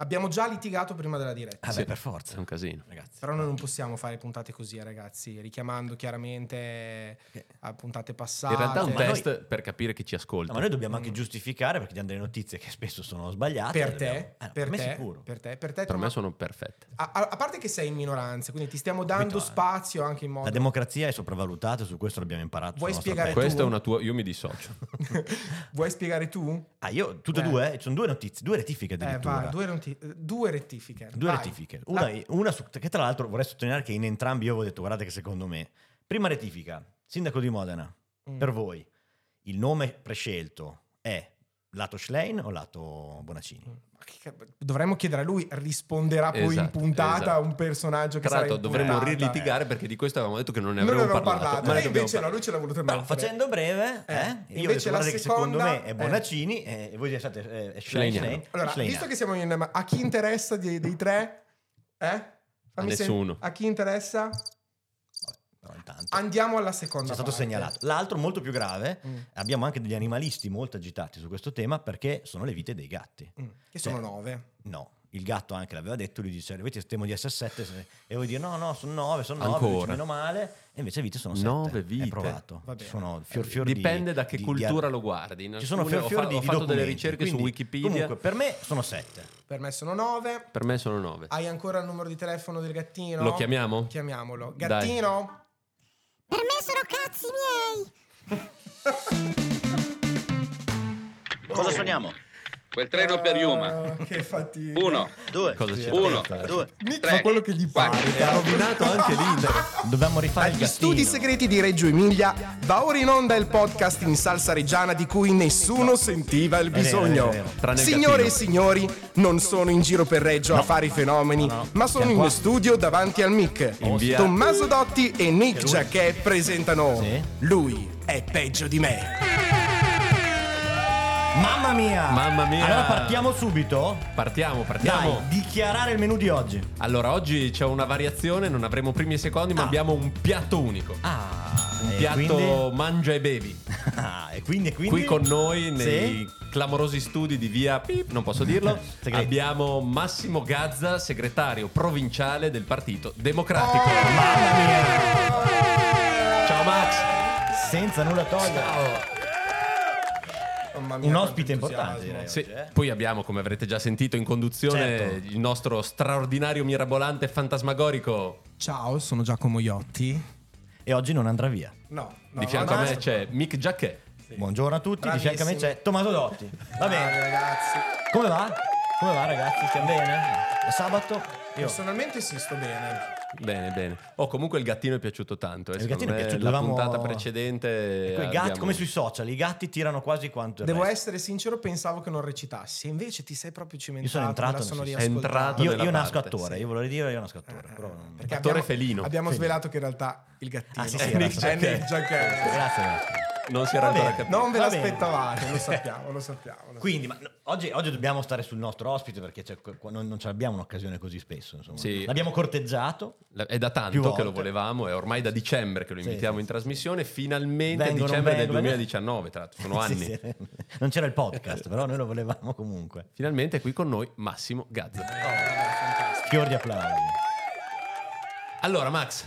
Abbiamo già litigato prima della diretta. Vabbè, Sì. Ah per forza. È un casino. Ragazzi. Però noi non possiamo fare puntate così, eh, ragazzi, richiamando chiaramente Che- a puntate passate. In realtà è un ma noi- test per capire chi ci ascolta. No, ma noi dobbiamo anche Mm. giustificare perché diamo delle notizie che spesso sono sbagliate. per le dobbiamo- te, Ah, no, per, me te sicuro. per te, per te, Per Toma- me sono perfette. a, a- a parte che sei in minoranza, quindi ti stiamo dando Capito, eh. spazio anche in modo... La democrazia è sopravvalutata, su questo l'abbiamo imparato. Vuoi sulla nostra spiegare pelle. Questa è una tua... Io mi dissocio. Vuoi spiegare tu? Ah, io tutte e Eh. due, eh, ci sono due notizie, due rettifiche Eh, addirittura. vai, due, reti- due rettifiche. Due vai. rettifiche. Una, una su- che tra l'altro vorrei sottolineare che in entrambi io avevo detto, guardate che secondo me... Prima rettifica, sindaco di Modena, Mm. per voi il nome prescelto è lato Schlein o lato Bonaccini? Mm. Ma che ca- Dovremmo chiedere a lui, risponderà poi in Esatto, puntata esatto. un personaggio che Tra sarà l'altro in dovremmo puntata. rilitigare perché di questo avevamo detto che non ne Noi ne avremmo avevamo parlato. parlato, ma ne lei dobbiamo invece no, parlare. lui ce l'ha voluto Però mettere. facendo breve, Eh, invece eh, io ho detto, la guardate che secondo me seconda- è Bonaccini e voi state eh, è Schlein, Schleiniano. Schlein, Allora, Schleiniano. visto che siamo in... ma a chi interessa di- dei tre? Eh? A Fammi sen- nessuno. a chi interessa? Vabbè, però intanto Andiamo alla seconda è stato parte. segnalato. L'altro molto più grave, Mm, abbiamo anche degli animalisti molto agitati su questo tema perché sono le vite dei gatti. mm, Che sono Cioè, nove. No, il gatto anche l'aveva detto, lui dice, le vite temo di essere 7 e voi dire no, no, sono 9, sono 9, Ancora. meno male, e invece le vite sono 7. Nove vite. È provato. Va bene. Sono fior fior di- Dipende da che di- di- cultura lo guardi. In Ci sono alcune fior fior ho, fa- di ho di fatto delle documenti, ricerche su quindi, Wikipedia. Comunque, per me sono 7. Per me sono nove. Per me sono nove. Hai ancora il numero di telefono del gattino? Lo chiamiamo? Chiamiamolo. Dai. Gattino? Per me sono cazzi miei! Cosa suoniamo? Quel treno per Yuma. Ah, che fatica. Uno, Due, Cosa c'è? uno, due. Nick Tre, fa quello che gli pare. quattro. caro. rovinato anche l'intero. Dobbiamo rifare il Dagli studi gattino. segreti di Reggio Emilia va ora in onda il podcast in salsa reggiana di cui nessuno sentiva il vero, bisogno. è vero. Tranne il Signore e gattino. signori, non sono in giro per Reggio a fare i fenomeni, No, no. ma sono Siamo in qua. studio davanti al mic. In via- Tommaso Dotti e Nick Jacquet presentano Sì. Lui è peggio di me. Mamma mia! Mamma mia! Allora partiamo subito. Partiamo, partiamo. Dai, dichiarare il menù di oggi. Allora, oggi c'è una variazione, non avremo primi e secondi, ma Ah. abbiamo un piatto unico. Ah, Un e piatto quindi? mangia e bevi. Ah, e quindi, e quindi? Qui con noi, Sì? nei clamorosi studi di via Pip, non posso dirlo, Segreti. abbiamo Massimo Gazza, segretario provinciale del Partito Democratico. Mamma mia! Eh! Ciao Max! Senza nulla togliere. Mamma mia, Un quanto ospite entusiasmo. importante, direi. Sì, oggi, eh. Poi abbiamo, come avrete già sentito in conduzione, Certo. il nostro straordinario, mirabolante, fantasmagorico. Ciao, sono Giacomo Iotti. E oggi non andrà via. No, no, di fianco no, a me no. c'è Mick Jacquet. Buongiorno a tutti, Bravissimi. di fianco a me c'è Tommaso Dotti. Va Bravi, bene. ragazzi. Come va? Come va ragazzi? Stiamo bene? È sabato? Io. Personalmente sì, sto bene. Bene, bene. Oh, comunque il gattino è piaciuto tanto. eh, Il secondo gattino è me piaciuto, La dovevamo- puntata precedente. Ecco, i gatti, abbiamo- come sui social, i gatti tirano quasi quanto il Devo resto. essere sincero, pensavo che non recitassi, invece ti sei proprio cimentato. Io sono entrato, me la sono sì, sì. È riascoltata. Eh, entrato Io, nella io nasco parte, attore, sì. Eh, io volevo dire io nasco attore, però non- Perché Attore abbiamo, felino. Abbiamo Felino. svelato che in realtà il gattino eh, Ah, sì, è sì, era Nick Jacquet. Nick Jacquet. Grazie, grazie. Non si era Va ancora bene. capito. Non ve Va l'aspettavate, bene. lo sappiamo, lo sappiamo. lo Quindi, ma no, oggi, oggi dobbiamo stare sul nostro ospite perché c'è- qua non, non ce l'abbiamo un'occasione così spesso. Insomma. Sì. L'abbiamo corteggiato. La- È da Più tanto volte. che lo volevamo, è ormai da dicembre che lo Sì, invitiamo sì, in sì, trasmissione, finalmente Vengo, non dicembre del vengo, vengo. 2019, tra l'altro, sono Sì, anni. sì. Non c'era il podcast, però noi lo volevamo comunque. Finalmente è qui con noi Massimo Gazza. Fior di applausi. Allora Max,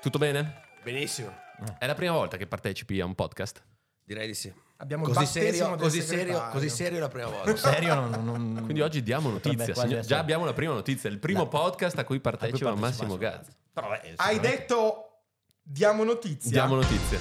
tutto bene? Benissimo. È la prima volta che partecipi a un podcast? Direi di sì. Abbiamo il Così battesimo serio, del così segretario. serio, così serio la prima volta. Serio, non, non- Quindi oggi diamo Mm. potrebbe notizia, quasi signor- essere- già abbiamo la prima notizia, il primo La- podcast a cui partecipa a cui Massimo partecipa- Gazza. Però, eh, beh, Hai sicuramente- detto diamo notizia. Diamo notizie.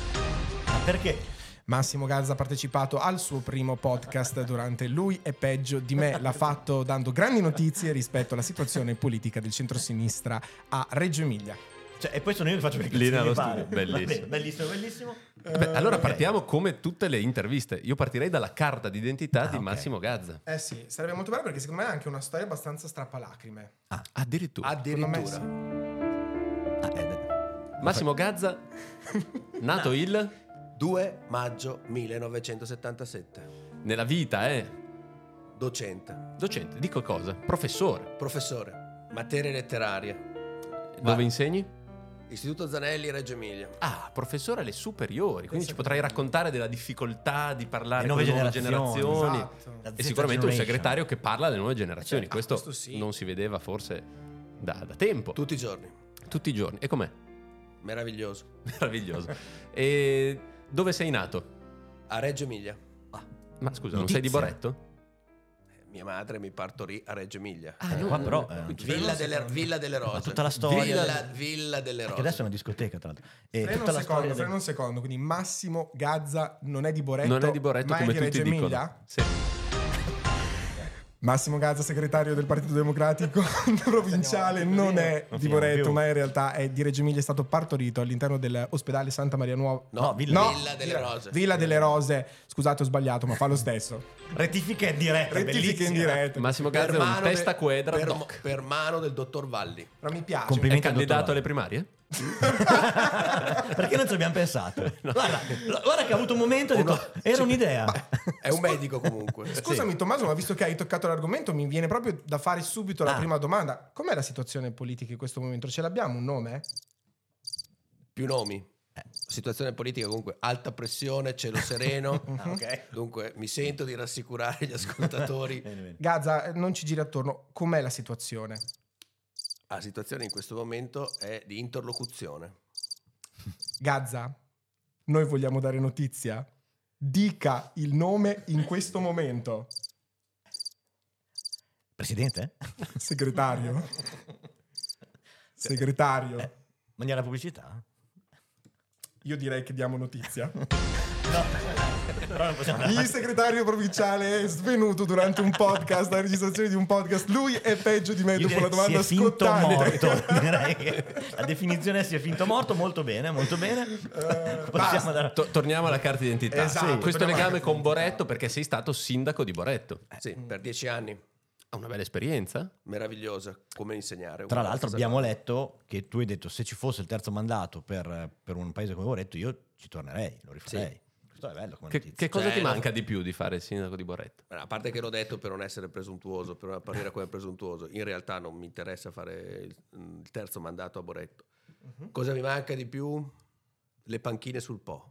Ma perché? Massimo Gazza ha partecipato al suo primo podcast durante Lui è peggio di me. L'ha fatto dando grandi notizie rispetto alla situazione politica del centrosinistra a Reggio Emilia. Cioè, e poi sono io che faccio perché Lì mi nello pare. studio, bellissimo. Va bene, bellissimo, bellissimo. Beh, allora Eh, ok. partiamo come tutte le interviste. Io partirei dalla carta d'identità Ah, di ok. Massimo Gazza. Eh sì, sarebbe molto bello perché secondo me è anche una storia abbastanza strappalacrime. Addirittura. Secondo Addirittura. me Ah, eh, beh. Massimo Gazza, nato il... 2 maggio 1977. Nella vita, eh? Docente, Docente, dico cosa? Professore. professore, materie letterarie. Dove insegni? Istituto Zanelli, Reggio Emilia. Ah, professore alle superiori, quindi ci potrai raccontare della difficoltà di parlare Le con le nuove nuove generazioni. generazioni. Esatto. La E Z sicuramente un generation. segretario che parla alle Certo, nuove generazioni. Ah, questo questo sì. non si vedeva forse da, da tempo, Tutti i giorni. tutti i giorni. E com'è? Meraviglioso. Meraviglioso. e dove sei nato? A Reggio Emilia. Ma scusa, non Notizia. sei di Boretto? Eh, Mia madre mi partorì a Reggio Emilia. Ah, Eh, no, qua no, però no. eh, non ci- Villa delle, Villa delle Rose. Ma tutta la storia Villa, del- Villa delle Rose. Perché adesso è una discoteca, tra l'altro. E Freno tutta un la secondo, storia del- frena un secondo, quindi Massimo Gazza non è di Boretto, Non è di Boretto ma come è di tutti Reggio dicono. Emilia. Sì. Massimo Gazza, segretario del Partito Democratico provinciale, non è Non di finiamo Boretto, più. ma in realtà è di Reggio Emilia, è stato partorito all'interno dell'ospedale Santa Maria Nuova. No, Villa. No, Villa delle Rose. Villa delle Rose. Scusate, ho sbagliato, ma fa lo stesso. Rettifica in diretta, Rettifiche bellissima. in diretta. Massimo Gazza è un de- testa quadra per, doc. per mano del dottor Valli. Però mi piace. È Complimenti al candidato dottor alle primarie? Valli. Perché non ci abbiamo pensato? Guarda, guarda che ha avuto un momento e ha detto, era un'idea. È un medico comunque. Eh, Scusami Tommaso, ma visto che hai toccato l'argomento, mi viene proprio da fare subito la Ah. prima domanda. Com'è la situazione politica in questo momento? Ce l'abbiamo un nome? Più nomi. Eh, Situazione politica comunque alta pressione, cielo sereno. Ah, ok. Dunque mi sento di rassicurare gli ascoltatori. Bene, bene. Gaza, eh, non ci giri attorno. Com'è la situazione? La situazione in questo momento è di interlocuzione. Gaza, noi vogliamo dare notizia. Dica il nome in questo momento. Presidente? Segretario. Eh, Segretario. Maniera pubblicità? Io direi che diamo notizia. Però non possiamo andare Il segretario provinciale è svenuto durante un podcast, la registrazione di un podcast. Lui è peggio di me Io dopo direi la domanda si è finto scottante. morto. Direi che la definizione è si è finto morto, molto bene, molto bene. Possiamo Eh, basta. andare- To- torniamo alla carta d'identità. Esatto, Questo torniamo alla legame carta con Boretto perché sei stato sindaco di Boretto. Sì, per dieci anni. Ha una bella esperienza? Meravigliosa, come insegnare. Tra Una l'altro cosa- abbiamo letto che tu hai detto se ci fosse il terzo mandato per, per un paese come Boretto io ci tornerei, lo rifarei. Questo è bello come Che, Cioè, notizia. che cosa Eh, ti no. manca di più di fare il sindaco di Boretto? A parte che l'ho detto per non essere presuntuoso, per non apparire come presuntuoso, in realtà non mi interessa fare il, il terzo mandato a Boretto. Mhm. Cosa mi manca di più? Le panchine sul Po.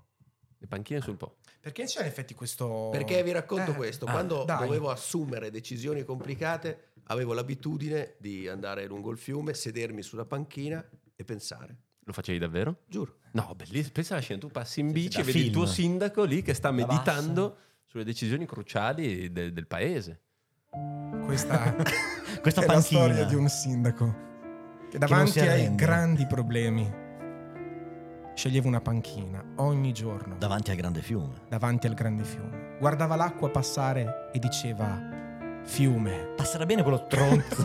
Le panchine sul po'. Perché c'è in effetti questo... Perché vi racconto Eh, questo, ah, quando dai. dovevo assumere decisioni complicate avevo l'abitudine di andare lungo il fiume, sedermi sulla panchina e pensare, Lo facevi davvero? giuro. No, bellissimo. Pensa alla scena, tu passi in Sì, sì, bici da e vedi il film. tuo sindaco lì che sta Da meditando sulle decisioni cruciali de- del paese. Questa Questa è la panchina. storia di un sindaco che non si davanti ai arrende. grandi problemi sceglieva una panchina ogni giorno Davanti al grande fiume. davanti al grande fiume. Guardava l'acqua passare e diceva fiume. Passerà bene quello stronzo.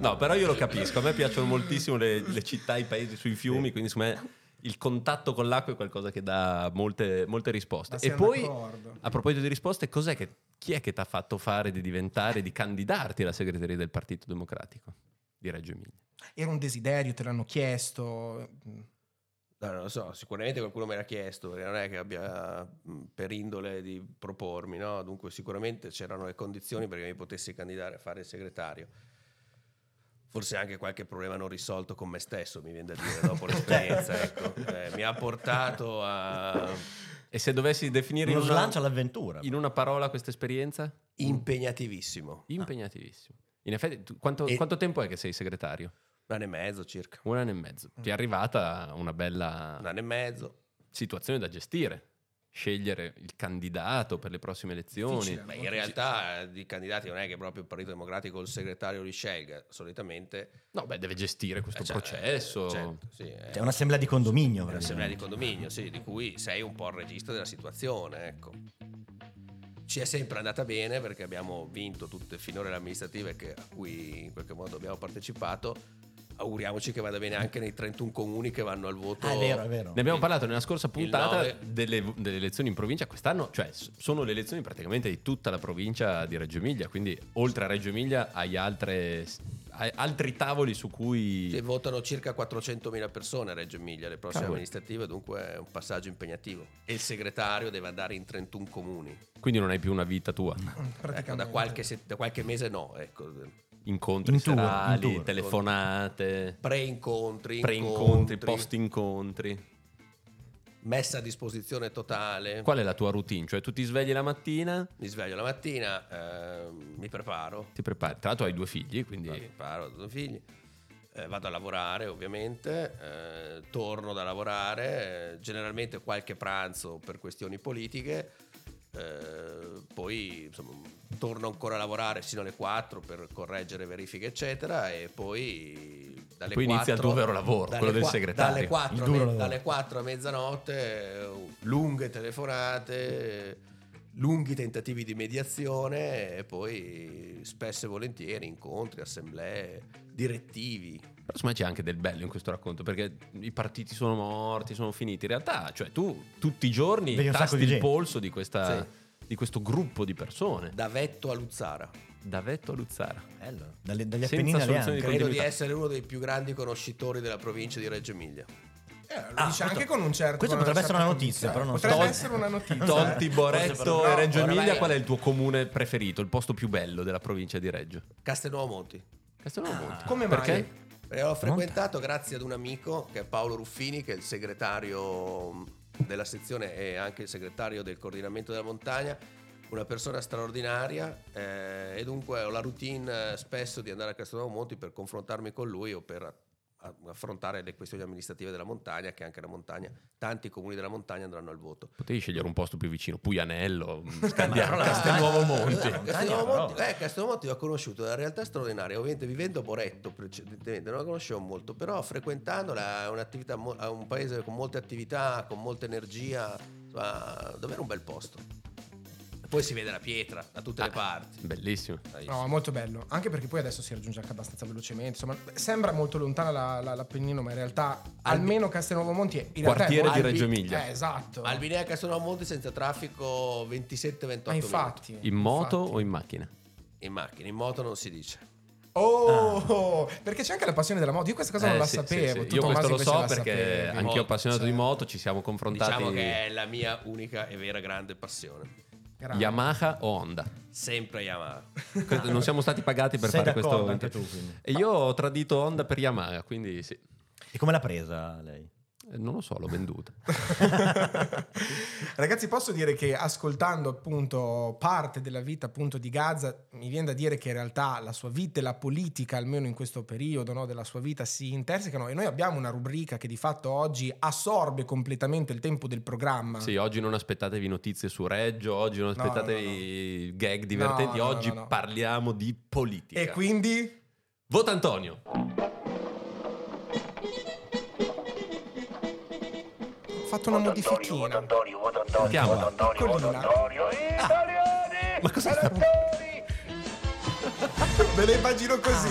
No, però io lo capisco. A me piacciono moltissimo le, le città, i paesi sui fiumi, quindi secondo me il contatto con l'acqua è qualcosa che dà molte, molte risposte. E poi, a proposito di risposte, cos'è che, chi è che ti ha fatto fare di diventare, di candidarti alla segreteria del Partito Democratico di Reggio Emilia? Era un desiderio, te l'hanno chiesto. mm, No, non lo so, sicuramente qualcuno me l'ha chiesto, perché non è che abbia mh, per indole di propormi, no? Dunque sicuramente c'erano le condizioni perché mi potessi candidare a fare il segretario. Forse anche qualche problema non risolto con me stesso, mi viene da dire, dopo l'esperienza, ecco. Eh, mi ha portato a Ehm, E se dovessi definire in Uno una, slancio all'avventura. in una parola questa esperienza? impegnativissimo, Impegnativissimo. In effetti, tu- quanto, E- quanto tempo è che sei segretario? un anno e mezzo circa, Un anno e mezzo. Ti è arrivata una bella un anno e mezzo. situazione da gestire. Scegliere il candidato per le prossime elezioni. Difficile. Beh, in realtà eh, di candidati non è che proprio il Partito Democratico o il segretario li scelga, solitamente... No, beh, deve gestire questo eh, cioè, processo. eh, certo, sì, eh. È un'assemblea di condominio. È veramente. un'assemblea di condominio, sì, di cui sei un po' il regista della situazione, ecco. Ci è sempre andata bene perché abbiamo vinto tutte finora le amministrative che- a cui in qualche modo abbiamo partecipato. Auguriamoci che vada bene anche nei 31 comuni che vanno al voto. Ah, è vero, è vero. Ne abbiamo parlato nella scorsa puntata nove. delle, delle elezioni in provincia. Quest'anno, cioè, s- sono le elezioni praticamente di tutta la provincia di Reggio Emilia. Quindi, oltre a Reggio Emilia, hai, altre- hai altri tavoli su cui. Sì, votano circa 400.000 persone a Reggio Emilia le prossime Cavolo. amministrative, dunque è un passaggio impegnativo. E il segretario deve andare in 31 comuni. Quindi, non hai più una vita tua. Ecco, da, qualche, se- da qualche mese no, ecco. incontri In tour, in serali, tour. telefonate, Pre-incontri, pre-incontri, incontri, post-incontri. messa a disposizione totale. Qual è la tua routine? Cioè tu ti svegli la mattina, Mi sveglio la mattina, ehm, mi preparo, ti prepari. Tra l'altro hai due figli, quindi... mi preparo, ho due figli, eh, vado a lavorare ovviamente, eh, torno da lavorare, eh, generalmente qualche pranzo per questioni politiche, eh, poi insomma, torno ancora a lavorare sino alle 4 per correggere verifiche eccetera e poi dalle Poi 4, inizia il tuo vero lavoro, dalle quello del qua- segretario, Dalle 4, il a duro me- lavoro. dalle 4 a mezzanotte, eh, lunghe telefonate, eh, lunghi tentativi di mediazione e poi spesso e volentieri incontri, assemblee, direttivi. Però secondo me c'è anche del bello in questo racconto, perché i partiti sono morti, sono finiti. In realtà, cioè, tu tutti i giorni Vedi un sacco tasti di il gente. polso di, questa- Sì. di questo gruppo di persone. Da Vetto a Luzzara. Da Vetto a Luzzara. Bello. Dalle- dagli Senza Appennini alle soluzione di Anche. Credo di continuità. essere uno dei più grandi conoscitori della provincia di Reggio Emilia. Eh, lo Ah, dice questo- anche con un certo. questa potrebbe essere una notizia, però non so. potrebbe Tol- essere una notizia. Tonti, eh. boh. Boretto No, e Reggio oramai- Emilia, qual è il tuo comune preferito, il posto più bello della provincia di Reggio? Castelnuovo Monti. Castelnuovo Monti. Come mai? Perché? E Eh, ho frequentato grazie ad un amico che è Paolo Ruffini, che è il segretario mh, della sezione e anche il segretario del coordinamento della montagna, una persona straordinaria eh, e dunque ho la routine eh, spesso di andare a Castelnuovo Monti per confrontarmi con lui o per a- affrontare le questioni amministrative della montagna, che anche la montagna, tanti comuni della montagna andranno al voto. Potevi scegliere un posto più vicino, Puglianello, Ma Scandiano, no, la- Castelnuovo la Monti. montagna, Castelnuovo però. Monti, eh, Castelnuovo Monti l'ho conosciuto, è una realtà straordinaria. Ovviamente vivendo a Boretto precedentemente non la conoscevo molto, però frequentandola è un'attività mo- è un paese con molte attività, con molta energia, insomma, davvero un bel posto. Poi si vede la pietra da tutte le Ah, parti. Bellissimo. No, è molto bello. Anche perché poi adesso si raggiunge anche abbastanza velocemente. Insomma, sembra molto lontana la- la- l'Appennino, ma in realtà almeno Castelnuovo Monti è in realtà è Quartiere di molto- Reggio Emilia. Eh, esatto. Albinea Castelnuovo Monti senza traffico 27-28 Ma Eh, infatti. In moto infatti. o in macchina? minuti. In macchina, in moto non si dice. Oh, perché c'è anche la passione della moto. Io questa cosa Ah. Eh, non la sì, sapevo. sì, sì. Tu, Io Tommaso, questo lo invece so la perché sapevi. anch'io Moto, appassionato cioè. di moto ci siamo confrontati Diciamo che è la mia unica e vera grande passione. Grande. Yamaha o Honda. Sempre Yamaha. Que- Non siamo stati pagati per Sei fare questo. d'accordo anche tu, quindi. E io ho tradito Honda per Yamaha, quindi sì. E come l'ha presa lei? Eh, Non lo so, l'ho venduta. Ragazzi, posso dire che ascoltando appunto parte della vita appunto di Gaza, mi viene da dire che in realtà la sua vita e la politica, almeno in questo periodo no, della sua vita, si intersecano. E noi abbiamo una rubrica che di fatto oggi assorbe completamente il tempo del programma. Sì, oggi non aspettatevi notizie su Reggio, oggi non No, no, aspettatevi gag divertenti, No, no, no, oggi no, no. parliamo di politica. E quindi. Vota Antonio. Ho fatto una modifichina. Sentiamo. Piccolina. Ma cosa sta Ve le immagino così.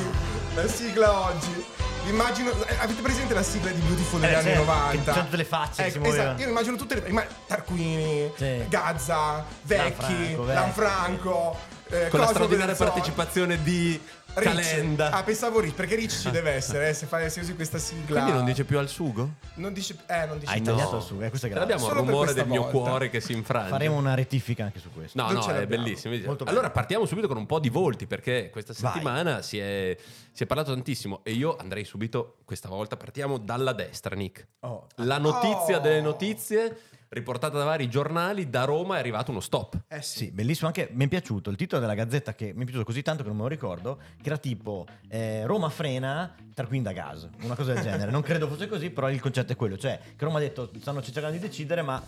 Ah. La sigla oggi. Vi Immagino, eh, avete presente la sigla di Beautiful degli Eh, anni certo, 90? che c'è tutte le facce che si esatto, muovevano. io immagino tutte le. ma- Tarquini, Sì. Gazza, Vecchi, Lanfranco, Vecchi. Lanfranco. eh, Con la Cosimo straordinaria Belzoni, partecipazione di Ricci. Calenda. Ah, pensavo Ricci, perché Ricci ci deve essere, eh, se, fai, se usi questa sigla. Quindi non dice più al sugo? Non dice. Eh, non dice. Hai più. tagliato su, eh, questo è Ce grave. l'abbiamo al Solo per rumore questa del mio volta. cuore che si infrange. Faremo una rettifica anche su questo. No, Non no, ce è l'abbiamo. bellissimo. Molto bello. allora partiamo subito con un po' di volti perché questa Vai. settimana si è, si è parlato tantissimo e io andrei subito questa volta, partiamo dalla destra, Nick. Oh. La notizia Oh. delle notizie, riportata da vari giornali, da Roma è arrivato uno stop. Eh Sì, bellissimo anche, mi è piaciuto il titolo della gazzetta che mi è piaciuto così tanto che non me lo ricordo, che era tipo eh, Roma frena Tarquin da gas, una cosa del genere. Non credo fosse così, però il concetto è quello, cioè che Roma ha detto stanno cercando di decidere, ma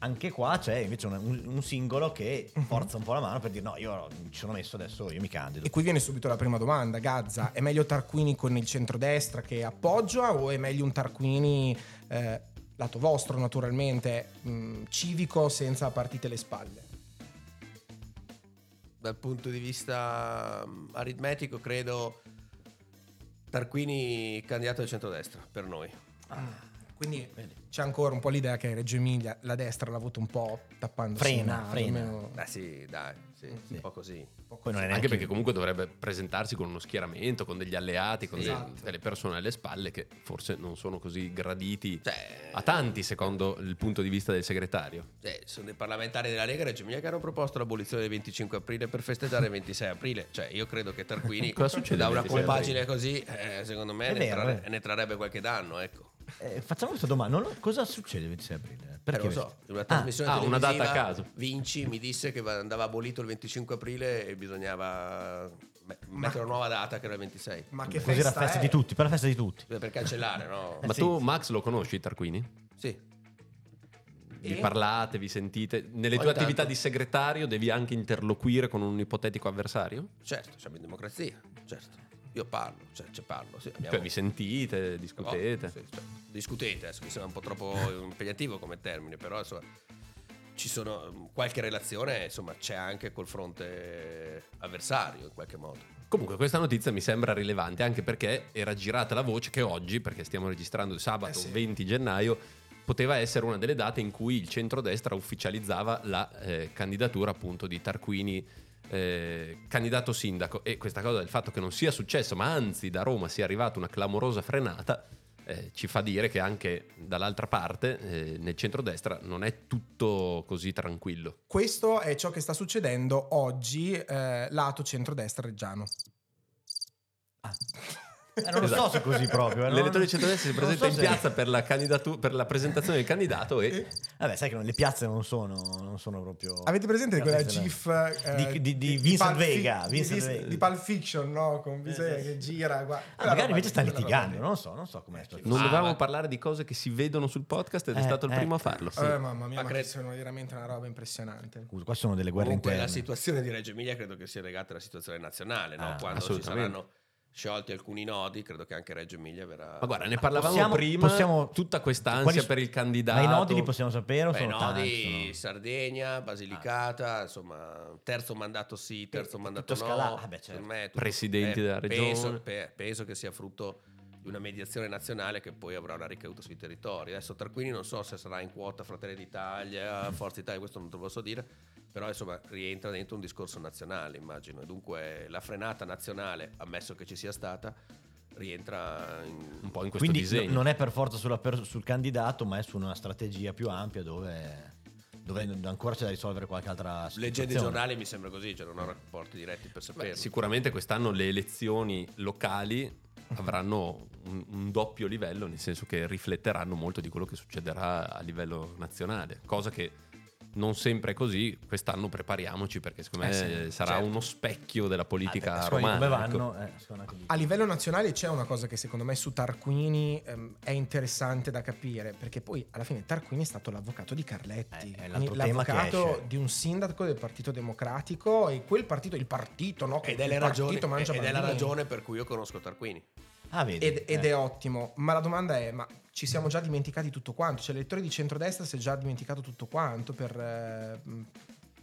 anche qua c'è invece un, un- un singolo che forza un po' la mano per dire no, io mi ci sono messo adesso, io mi candido. E qui viene subito la prima domanda, Gazza, è meglio Tarquini con il centrodestra che appoggia o è meglio un Tarquini, eh, lato vostro naturalmente, mh, civico senza partite alle spalle? dal punto di vista mm, aritmetico, Ah. credo Tarquini candidato del centrodestra per noi. Quindi c'è ancora un po' l'idea che Reggio Emilia la destra l'ha avuto un po' tappando Frena, frena. Eh, Ah sì, dai, Mm, sì, un po' così. Poi non è neanche Anche perché comunque dovrebbe presentarsi con uno schieramento, con degli alleati, con de- Esatto. delle persone alle spalle che forse non sono così graditi Cioè, a tanti secondo il punto di vista del segretario. eh, sono dei parlamentari della Lega Reggio Emilia che hanno proposto l'abolizione del 25 aprile per festeggiare il 26 aprile. Cioè, io credo che Tarquini Cosa succede da il una 26 compagine così, eh, secondo me, È ne, vero, trarre- eh. ne trarrebbe qualche danno, ecco. Eh, facciamo questa domanda. Non lo- cosa succede il 26 aprile? Perché Eh, lo so, in una Ah, trasmissione ah, una data televisiva, a caso. Vinci mi disse che va- andava abolito il 25 aprile e bisognava me- mettere una nuova data che era il 26. Ma che così la festa, eh. festa è? di tutti, per la festa di tutti. Per cancellare, no? Ma sì. tu, Max, lo conosci Tarquini? Sì. Vi E? parlate, vi sentite? Nelle tue Ogni tanto. attività di segretario devi anche interloquire con un ipotetico avversario? Certo, siamo in democrazia, certo. Io parlo, cioè, cioè parlo, sì, abbiamo- Cioè vi sentite, discutete? Oh, sì, cioè, discutete, adesso mi sembra un po' troppo impegnativo come termine, però insomma ci sono mm, qualche relazione, insomma c'è anche col fronte avversario in qualche modo. Comunque questa notizia mi sembra rilevante anche perché era girata la voce che oggi, perché stiamo registrando sabato Eh sì. 20 gennaio, poteva essere una delle date in cui il centrodestra ufficializzava la eh, candidatura appunto di Tarquini eh, candidato sindaco e questa cosa del fatto che non sia successo, ma anzi da Roma sia arrivata una clamorosa frenata, eh, ci fa dire che anche dall'altra parte, eh, nel centrodestra, non è tutto così tranquillo. Questo è ciò che sta succedendo oggi eh, lato centrodestra reggiano. Ah. Eh, non lo so se è così proprio. eh, non- L'elettore di centrodestra si non presenta so in se- piazza per, la candidatu- per la presentazione del candidato e Vabbè, sai che non- le piazze non sono, non sono proprio. Avete presente quella piazze GIF da- eh, di, di- di Vincent Pulp Fi- Vega? di, Vincent Vis- Vega. di Pulp Fiction, no? Con Visea Eh, sì. che gira. qua. Ah, Quella roba magari invece lì, sta quella roba litigando, lì. non lo so, non so com'è. sto- Non Ah, dovevamo ma- parlare di cose che si vedono sul podcast ed è Eh, stato il eh. primo a farlo. Eh, mamma mia, ma, Ma che credo- sono veramente una roba impressionante. Scusa, qua sono delle guerre Comunque la interne. situazione di Reggio Emilia credo che sia legata alla situazione nazionale, no? Ah, Quando ci assolutamente. saranno sciolti alcuni nodi, credo che anche Reggio Emilia verrà... Ma guarda, ne parlavamo Possiamo- prima, possiamo- tutta quest'ansia quali- per il candidato. Ma i nodi li possiamo sapere o Beh, sono no, tanti? di Sono- Sardegna, Basilicata, insomma, terzo mandato sì, terzo Tutto mandato no. scalato. Ah, beh, certo. Per me è tutto- eh, Presidenti della regione. Penso, pe- penso che sia frutto di una mediazione nazionale che poi avrà una ricaduta sui territori. Adesso Tarquini non so se sarà in quota Fratelli d'Italia, Forza Italia, questo non te lo posso dire, però insomma rientra dentro un discorso nazionale, immagino. E dunque la frenata nazionale, ammesso che ci sia stata, rientra in... un po' in questo Quindi disegno. no- non è per forza sulla per- sul candidato, ma è su una strategia più ampia dove, dove ancora c'è da risolvere qualche altra situazione. Leggendo i giornali mi sembra così, cioè non ho rapporti diretti per Beh, saperlo. sicuramente quest'anno le elezioni locali avranno un, un doppio livello, nel senso che rifletteranno molto di quello che succederà a livello nazionale, cosa che non sempre è così, quest'anno prepariamoci perché secondo Eh me sì, sarà certo. uno specchio della politica Ah, beh, scuole romana. come ecco. vanno? eh, scuole anche lì. A livello nazionale c'è una cosa che secondo me su Tarquini ehm, è interessante da capire, perché poi alla fine Tarquini è stato l'avvocato di Carletti, Eh, è quindi l'altro tema che l'avvocato esce. di un sindaco del Partito Democratico e quel partito, il partito, no? Ed che è, il la ragione, partito mangia ed è la bambini. ragione per cui io conosco Tarquini. Ah, vedi. Ed, ed eh. è ottimo, ma la domanda è: ma ci siamo già dimenticati tutto quanto? Cioè, l'elettore di centrodestra si è già dimenticato tutto quanto per, eh, mh,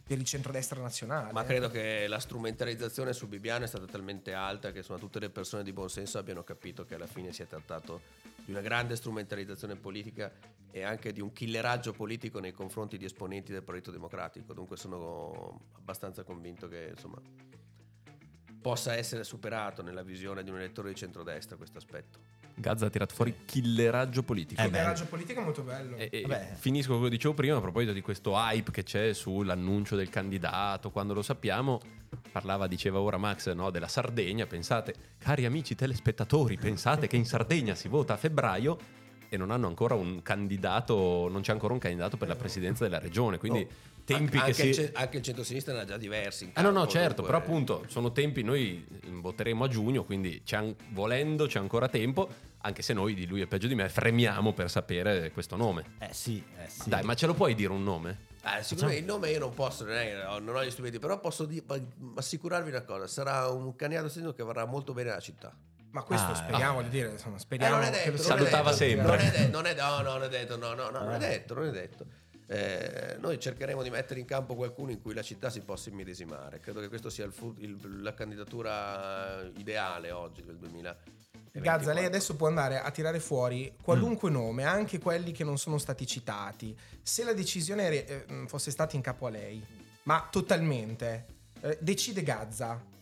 per il centrodestra Ah, nazionale. eh. eh. Ma credo che la strumentalizzazione su Bibiano è stata talmente alta che insomma, tutte le persone di buon senso abbiano capito che alla fine si è trattato di una grande strumentalizzazione politica e anche di un killeraggio politico nei confronti di esponenti del Partito Democratico. Dunque sono abbastanza convinto che insomma, possa essere superato nella visione di un elettore di centrodestra questo aspetto. Gazza ha tirato fuori killeraggio politico. Eh, il raggio politico è molto bello. E- e- Vabbè. finisco quello che dicevo prima a proposito di questo hype che c'è sull'annuncio del candidato, quando lo sappiamo. Parlava, diceva ora Max, no, della Sardegna. Pensate, cari amici telespettatori, pensate che in Sardegna si vota a febbraio e non hanno ancora un candidato, non c'è ancora un candidato per la presidenza della regione. Quindi Oh, tempi anche, che si. il, ce- anche il centrosinistra ne ha già diversi. in Ah no, no, campo, certo, dunque- però appunto sono tempi, noi voteremo a giugno, quindi c'è an- volendo c'è ancora tempo, anche se noi di lui e peggio di me fremiamo per sapere questo nome. Eh sì, eh sì. Dai, ma ce lo puoi dire un nome? Ah, siccome il nome io non posso, non, è- non ho gli strumenti, però posso di- assicurarvi una cosa: sarà un caniato sindaco che varrà molto bene alla città. Ma questo Ah, speriamo, eh. voglio dire, insomma, Eh, speriamo non è che lo detto, sia- non è Salutava detto, sempre. Non è detto, non è, no, no, non è detto, no, no, no, non Ah. è detto, non è detto. Eh, noi cercheremo di mettere in campo qualcuno in cui la città si possa immedesimare. Credo che questo sia il fu- il- la candidatura ideale oggi eh, del 2000 Gazza, lei 24. adesso può andare a tirare fuori Mm. qualunque nome, anche quelli che non sono stati citati. Se la decisione eh, mh, fosse stata in capo a lei, ma totalmente, eh, decide Gazza.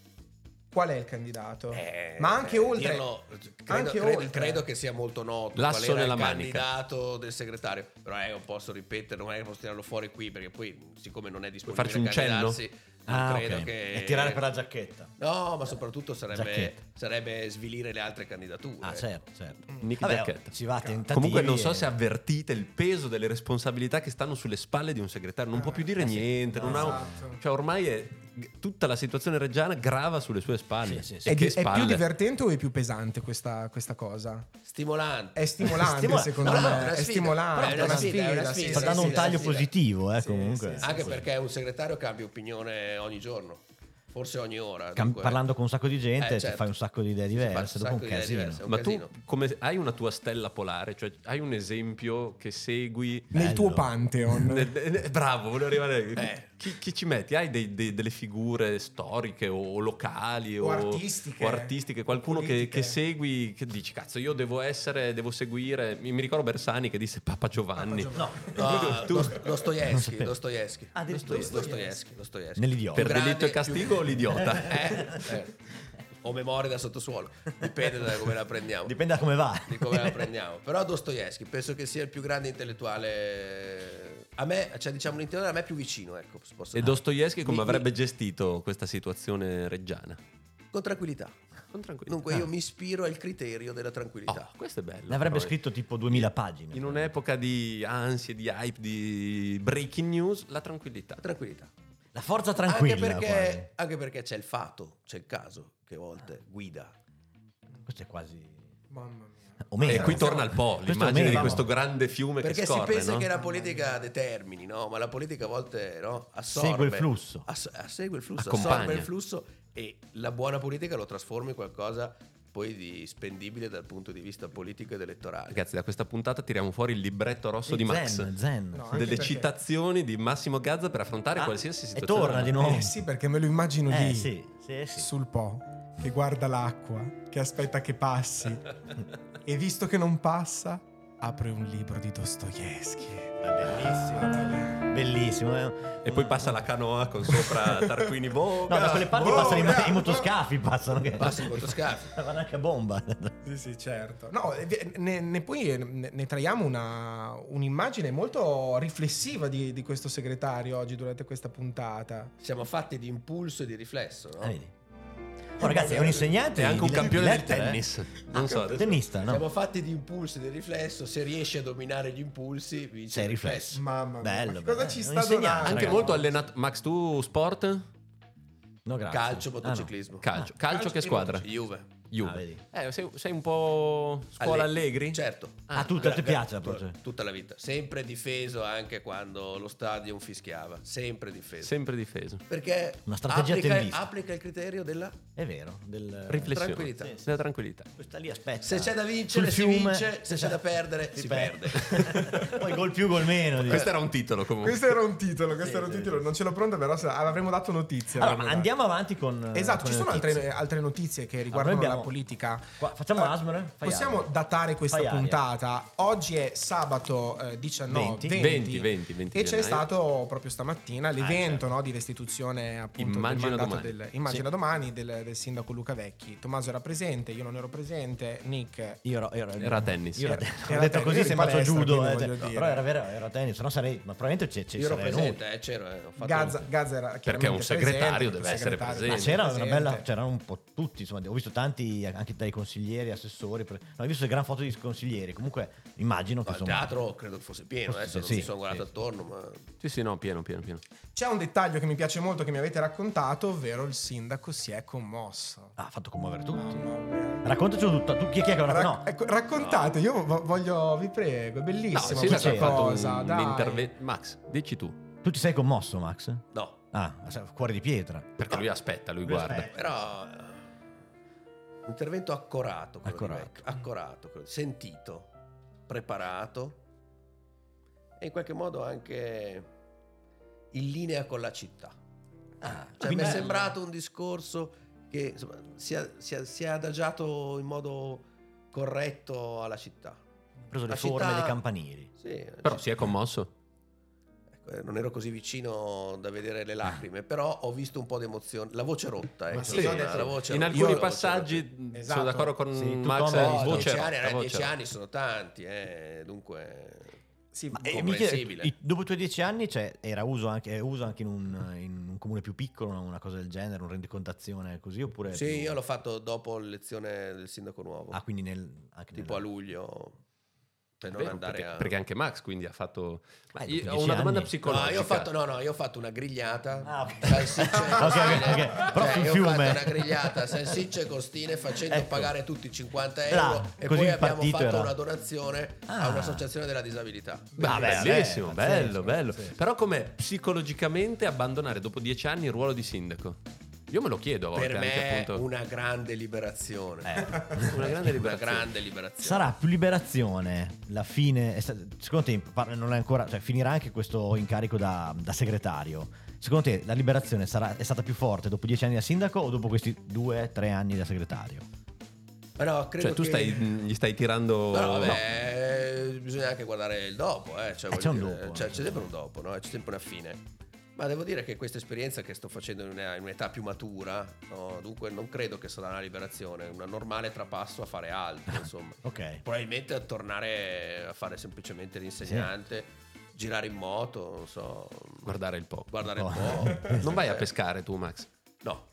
Qual è il candidato? Eh, ma anche oltre... dirlo, credo, anche credo- oltre. credo che sia molto noto L'asso qual era nella il manica. candidato del segretario però eh, non posso ripetere non è che posso tirarlo fuori qui perché poi siccome non è disponibile farci un cenno? candidarsi, non Ah, credo ok. che E tirare per la giacchetta. no ma soprattutto sarebbe, Giacchetta. sarebbe svilire le altre candidature Ah, certo, certo. Nick Vabbè, Giacchetta. ci va a tentativi Comunque non so e- se avvertite il peso delle responsabilità che stanno sulle spalle di un segretario, non può più dire Eh sì. niente, non ha un- Esatto. cioè ormai è- tutta la situazione reggiana grava sulle sue spalle. Sì, sì, sì. E È, di- che è più spalle. divertente o è più pesante questa, questa cosa? stimolante Eh, È stimolante, Stimola- secondo no, no, me. è una è sfida. stimolante, Però è una sfida. è una sì, sfida, Sta sì, dando sì, un sì, taglio sì. positivo, eh, Sì, comunque. sì, sì. anche perché un segretario cambia opinione ogni giorno forse ogni ora Cam- dunque- parlando con un sacco di gente, Eh, ti certo. fai un sacco di idee Sì, sì, diverse, faccio un dopo un sacco di idee casino. diverse, è un Ma tu casino. come, hai una tua stella polare, cioè hai un esempio che segui... Nel Bello. tuo Pantheon. Nel- nel- eh, Bravo, volevo arrivare. Eh. Chi, chi ci metti? Hai dei- dei- delle figure storiche o locali o, O artistiche. o artistiche, qualcuno che, Politiche. che segui, che dici, cazzo, io devo essere, devo seguire. Mi, mi ricordo Bersani che disse Papa Giovanni. Giovanni. No, No, Tu- Dost- Non Dostoevsky, sapevo. Dostoevsky. Ah, addirittura. Dostoevsky, Dostoevsky, Dostoevsky. Nell'idiota. Per Più grande- delitto e castigo più- o l'idiota? Eh, eh. O memoria da sottosuolo, dipende da come la prendiamo. dipende da come va. Di come la prendiamo. Però Dostoevsky penso che sia il più grande intellettuale a me, cioè diciamo l'intellettuale a me più vicino, ecco, se posso E dire. Dostoevsky come Mi- avrebbe gestito questa situazione reggiana? con tranquillità. Con tranquillità. Dunque io mi ispiro al criterio della tranquillità. Oh, questo è bello. Ne avrebbe però. scritto tipo 2000 pagine. In un'epoca di ansie, di hype, di breaking news, la tranquillità. La tranquillità. La forza tranquilla. anche, quasi. perché, anche perché c'è il fatto, c'è il caso che a volte guida. Questo è quasi. Mamma mia. Omero. E qui torna il Po, Questo è l'immagine di Omero. questo grande fiume Perché che scorre, si pensa no? che la politica determini, no? Ma la politica a volte no? assorbe. Segue il flusso. ass- eh, segue il flusso, Accompagna. assorbe il flusso e la buona politica lo trasforma in qualcosa poi di spendibile dal punto di vista politico ed elettorale. Ragazzi, da questa puntata tiriamo fuori il libretto rosso di Zen, Max. Zen. Eh, No, anche Delle perché- citazioni di Massimo Gazza per affrontare Ah, qualsiasi e situazione. torna di nuovo. Eh sì, perché me lo immagino Eh, lì, sì, sì, sì. sul Po, che guarda l'acqua, che aspetta che passi. e visto che non passa, apre un libro di Dostoevsky. Bellissimo. Bellissimo. eh. E poi passa la canoa con sopra Tarquini Voga. No, da quelle parti Boga, passano i, boga. i motoscafi, passano che Passi in motoscafi. Vanno anche a bomba. Sì, sì, certo. No, e vi- ne, ne poi ne, ne traiamo una, un'immagine molto riflessiva di, di questo segretario oggi durante questa puntata. Siamo fatti di impulso e di riflesso, no? Ah, vedi. Oh, ragazzi, è un insegnante. è anche di- un di campione di lettere, eh. tennis. Non so. adesso- Tennista, Siamo no? fatti di impulso e di riflesso, se riesci a dominare gli impulsi, vinci Sei il riflesso. Mamma mia. Bello, ma che bello. cosa ci Un sta insegnante, donando? Anche Ragazzi. molto allenato. Max, tu sport? No, grazie. Calcio, Ah, no. motociclismo. Ah. Calcio. Calcio, che e squadra? Juve. Juve. Ah, vedi. eh, sei, sei un po' scuola allegri? Certo. Ah, tutta ti Gra- gra- piace la tut- proce- Tutta la vita. Sempre difeso anche quando lo stadio fischiava. Sempre difeso. Sempre difeso. Perché Una strategia applica, tennista. applica il criterio della... È vero. Del... Riflessione. Tranquillità. Sì, sì. Della tranquillità. Questa lì aspetta. Esatto. Se c'è da vincere, Sul si fiume. vince, se c'è da perdere, si perde. Poi gol più, gol meno. direi. Questo era un titolo comunque. Questo era un titolo, questo Sì, era un sì, titolo. sì. Non ce l'ho pronta, però se- avremmo dato notizia. Allora, avremmo ma dato. andiamo avanti con. eh, Esatto, con ci le sono notizie. altre, altre notizie che riguardano Allora, noi la abbiamo- politica. Qua- facciamo Eh, Asmr? Fai Possiamo Asmr. datare questa Fai aria. puntata. Oggi è sabato eh, 19 20. 20, 20, 20, 20 e c'è gennaio. stato proprio stamattina l'evento certo. no, di restituzione appunto Immagina del mandato domani. del immagina Sì. domani del, del sindaco Luca Vecchi. Tommaso era presente, io non ero presente, Nick Io ero, io ero, Era tennis. Io ero, Era- ho era detto tennis, eri così in sembra faccio palestra, judo. quindi eh, voglio no, dire. però era vero, era tennis, no sarei, ma probabilmente c'è, c'è Io ero sarei presente, eh, c'ero. eh, ho fatto- Gaza, Gaza era chiaramente un presente, segretario perché deve il essere segretario venuto. Ma era presente. c'era una bella, presente. c'erano un po' tutti, insomma, ho visto tanti, anche dai consiglieri, assessori, pre- no, ho visto le gran foto di consiglieri, comunque immino che Al insomma, teatro credo che fosse pieno, Forse adesso non sì, mi sono guardato sì. attorno, ma... Sì, sì, no, pieno, pieno, pieno. C'è un dettaglio che mi piace molto che mi avete raccontato, ovvero il sindaco si è commosso. ha fatto commuovere tutti. Mamma mia. Raccontaci tutto, tu chi è che avrà... Rac- no, ecco, raccontate, io vo- voglio, vi prego, è No, bellissima sì, questa ha fatto cosa. un, dai. interve- Max, dici tu. tu ti sei commosso Max? No, Ah, sai, cuore di pietra. Perché lui aspetta, lui guarda. aspetta. però... eh, Un intervento accorato, quello di Accorato. Vecchio, accorato, quello- sentito, preparato e in qualche modo anche in linea con la città. Cioè, mi Quindi- è sembrato un discorso che insomma, si, è, si è- si è adagiato in modo corretto alla città. Ha preso le La forme città- dei campanili. Sì, Però sì. si è commosso. Ecco, eh, non ero così vicino da vedere le lacrime, però ho visto un po' di emozione. La voce rotta, ecco, sì, insomma, sì, sì. la voce In rotta. alcuni Io- passaggi la voce mh, Esatto. sono d'accordo con Sì, tutto a Max. me- rotta. la Oh, voce dieci rotta, anni, la eh, voce dieci rotta. anni sono tanti, eh, dunque... Sì, Ma ma eh, mi chiedo, Comprensibile. i- dopo i tuoi dieci anni cioè, era uso anche, è uso anche in un, in un comune più piccolo, una cosa del genere, un rendicontazione così? Oppure Sì, più- io l'ho fatto dopo l'elezione del sindaco nuovo, Ah, quindi nel, anche tipo nel- a luglio, per non Vero, andare perché, a... perché anche Max quindi ha fatto Ma Eh, dopo io ho 10 una domanda anni. psicologica No, io ho fatto, no, no, io ho fatto una grigliata, Ah, ok. salsicce e Ok, costine. ok, ok. Però Cioè, sul io ho fiume. fatto una grigliata, salsicce e costine facendo Ecco. pagare tutti 50 euro Là, e così poi il abbiamo partito fatto era- una donazione Ah. a un'associazione della disabilità. Beh, Ah, bellissimo, beh, bello, pazzesco, bello. pazzesco. Però come psicologicamente abbandonare dopo dieci anni il ruolo di sindaco? Io me lo chiedo a volte Per anche me appunto. una grande liberazione. Eh. Una grande Una liberazione. grande liberazione. Sarà più liberazione la fine. è sta- Secondo te, par- non è ancora, cioè, finirà anche questo incarico da, da segretario. Secondo te la liberazione sarà, è stata più forte dopo dieci anni da sindaco o dopo questi due, tre anni da segretario? Ma no, credo Cioè tu che- stai, gli stai tirando... No, vabbè, bisogna anche guardare il dopo, eh, Eh, cioè, voglio c'è un dire, dopo, cioè, eh. c'è sempre un dopo, no? c'è sempre una fine. Ma devo dire che questa esperienza che sto facendo in, una- in un'età più matura, no? dunque non credo che sarà una liberazione, un normale trapasso a fare altro, insomma. Ok. Probabilmente a tornare a fare semplicemente l'insegnante, girare in moto, non so, Guardare il po'. guardare Oh. un po'. Non vai a pescare tu Max. No,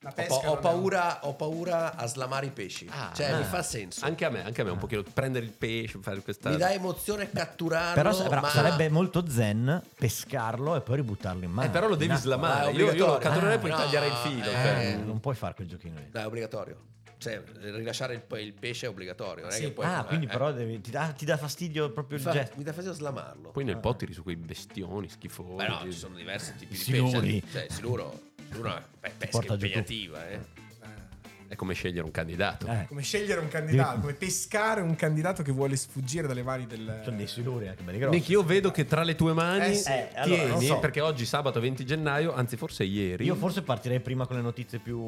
la ho, pesca pa- ho non è- paura, ho paura a slamare i pesci. Ah, cioè, ah. mi fa senso. Anche a me, anche a me un pochino prendere il pesce, fare questa... Ah. mi dà emozione catturarlo. Però, sa- però ma- sarebbe molto zen pescarlo e poi ributtarlo in mano. Eh, però lo In devi acqua. Ah, è slamare. Io, io lo obbligatorio. catturerei e poi Ah, tagliare il filo. eh. cioè. Eh, non puoi fare quel giochino lì. No, è obbligatorio. Cioè, rilasciare il, pe- il pesce è obbligatorio. Non è Sì. che poi, ah, eh, quindi eh. però devi- ti, dà, ti dà fastidio proprio Mi il fa- gesto. mi dà fastidio slamarlo. Poi nel po' tiri su quei bestioni schifosi. Beh, no, ci sono diversi tipi I di siluri. pesce. Cioè, il siluro, il siluro è una pe- pesca Porta giù tu. impegnativa, eh. È come scegliere un candidato. Eh, Come scegliere un candidato, Devi- come pescare un candidato che vuole sfuggire dalle mani del... sono dei siluri anche belli grossi. Nick, io vedo che tra le tue mani Eh sì. Eh, allora, tieni, non so. perché oggi sabato 20 gennaio, anzi forse ieri, Io forse partirei prima con le notizie più.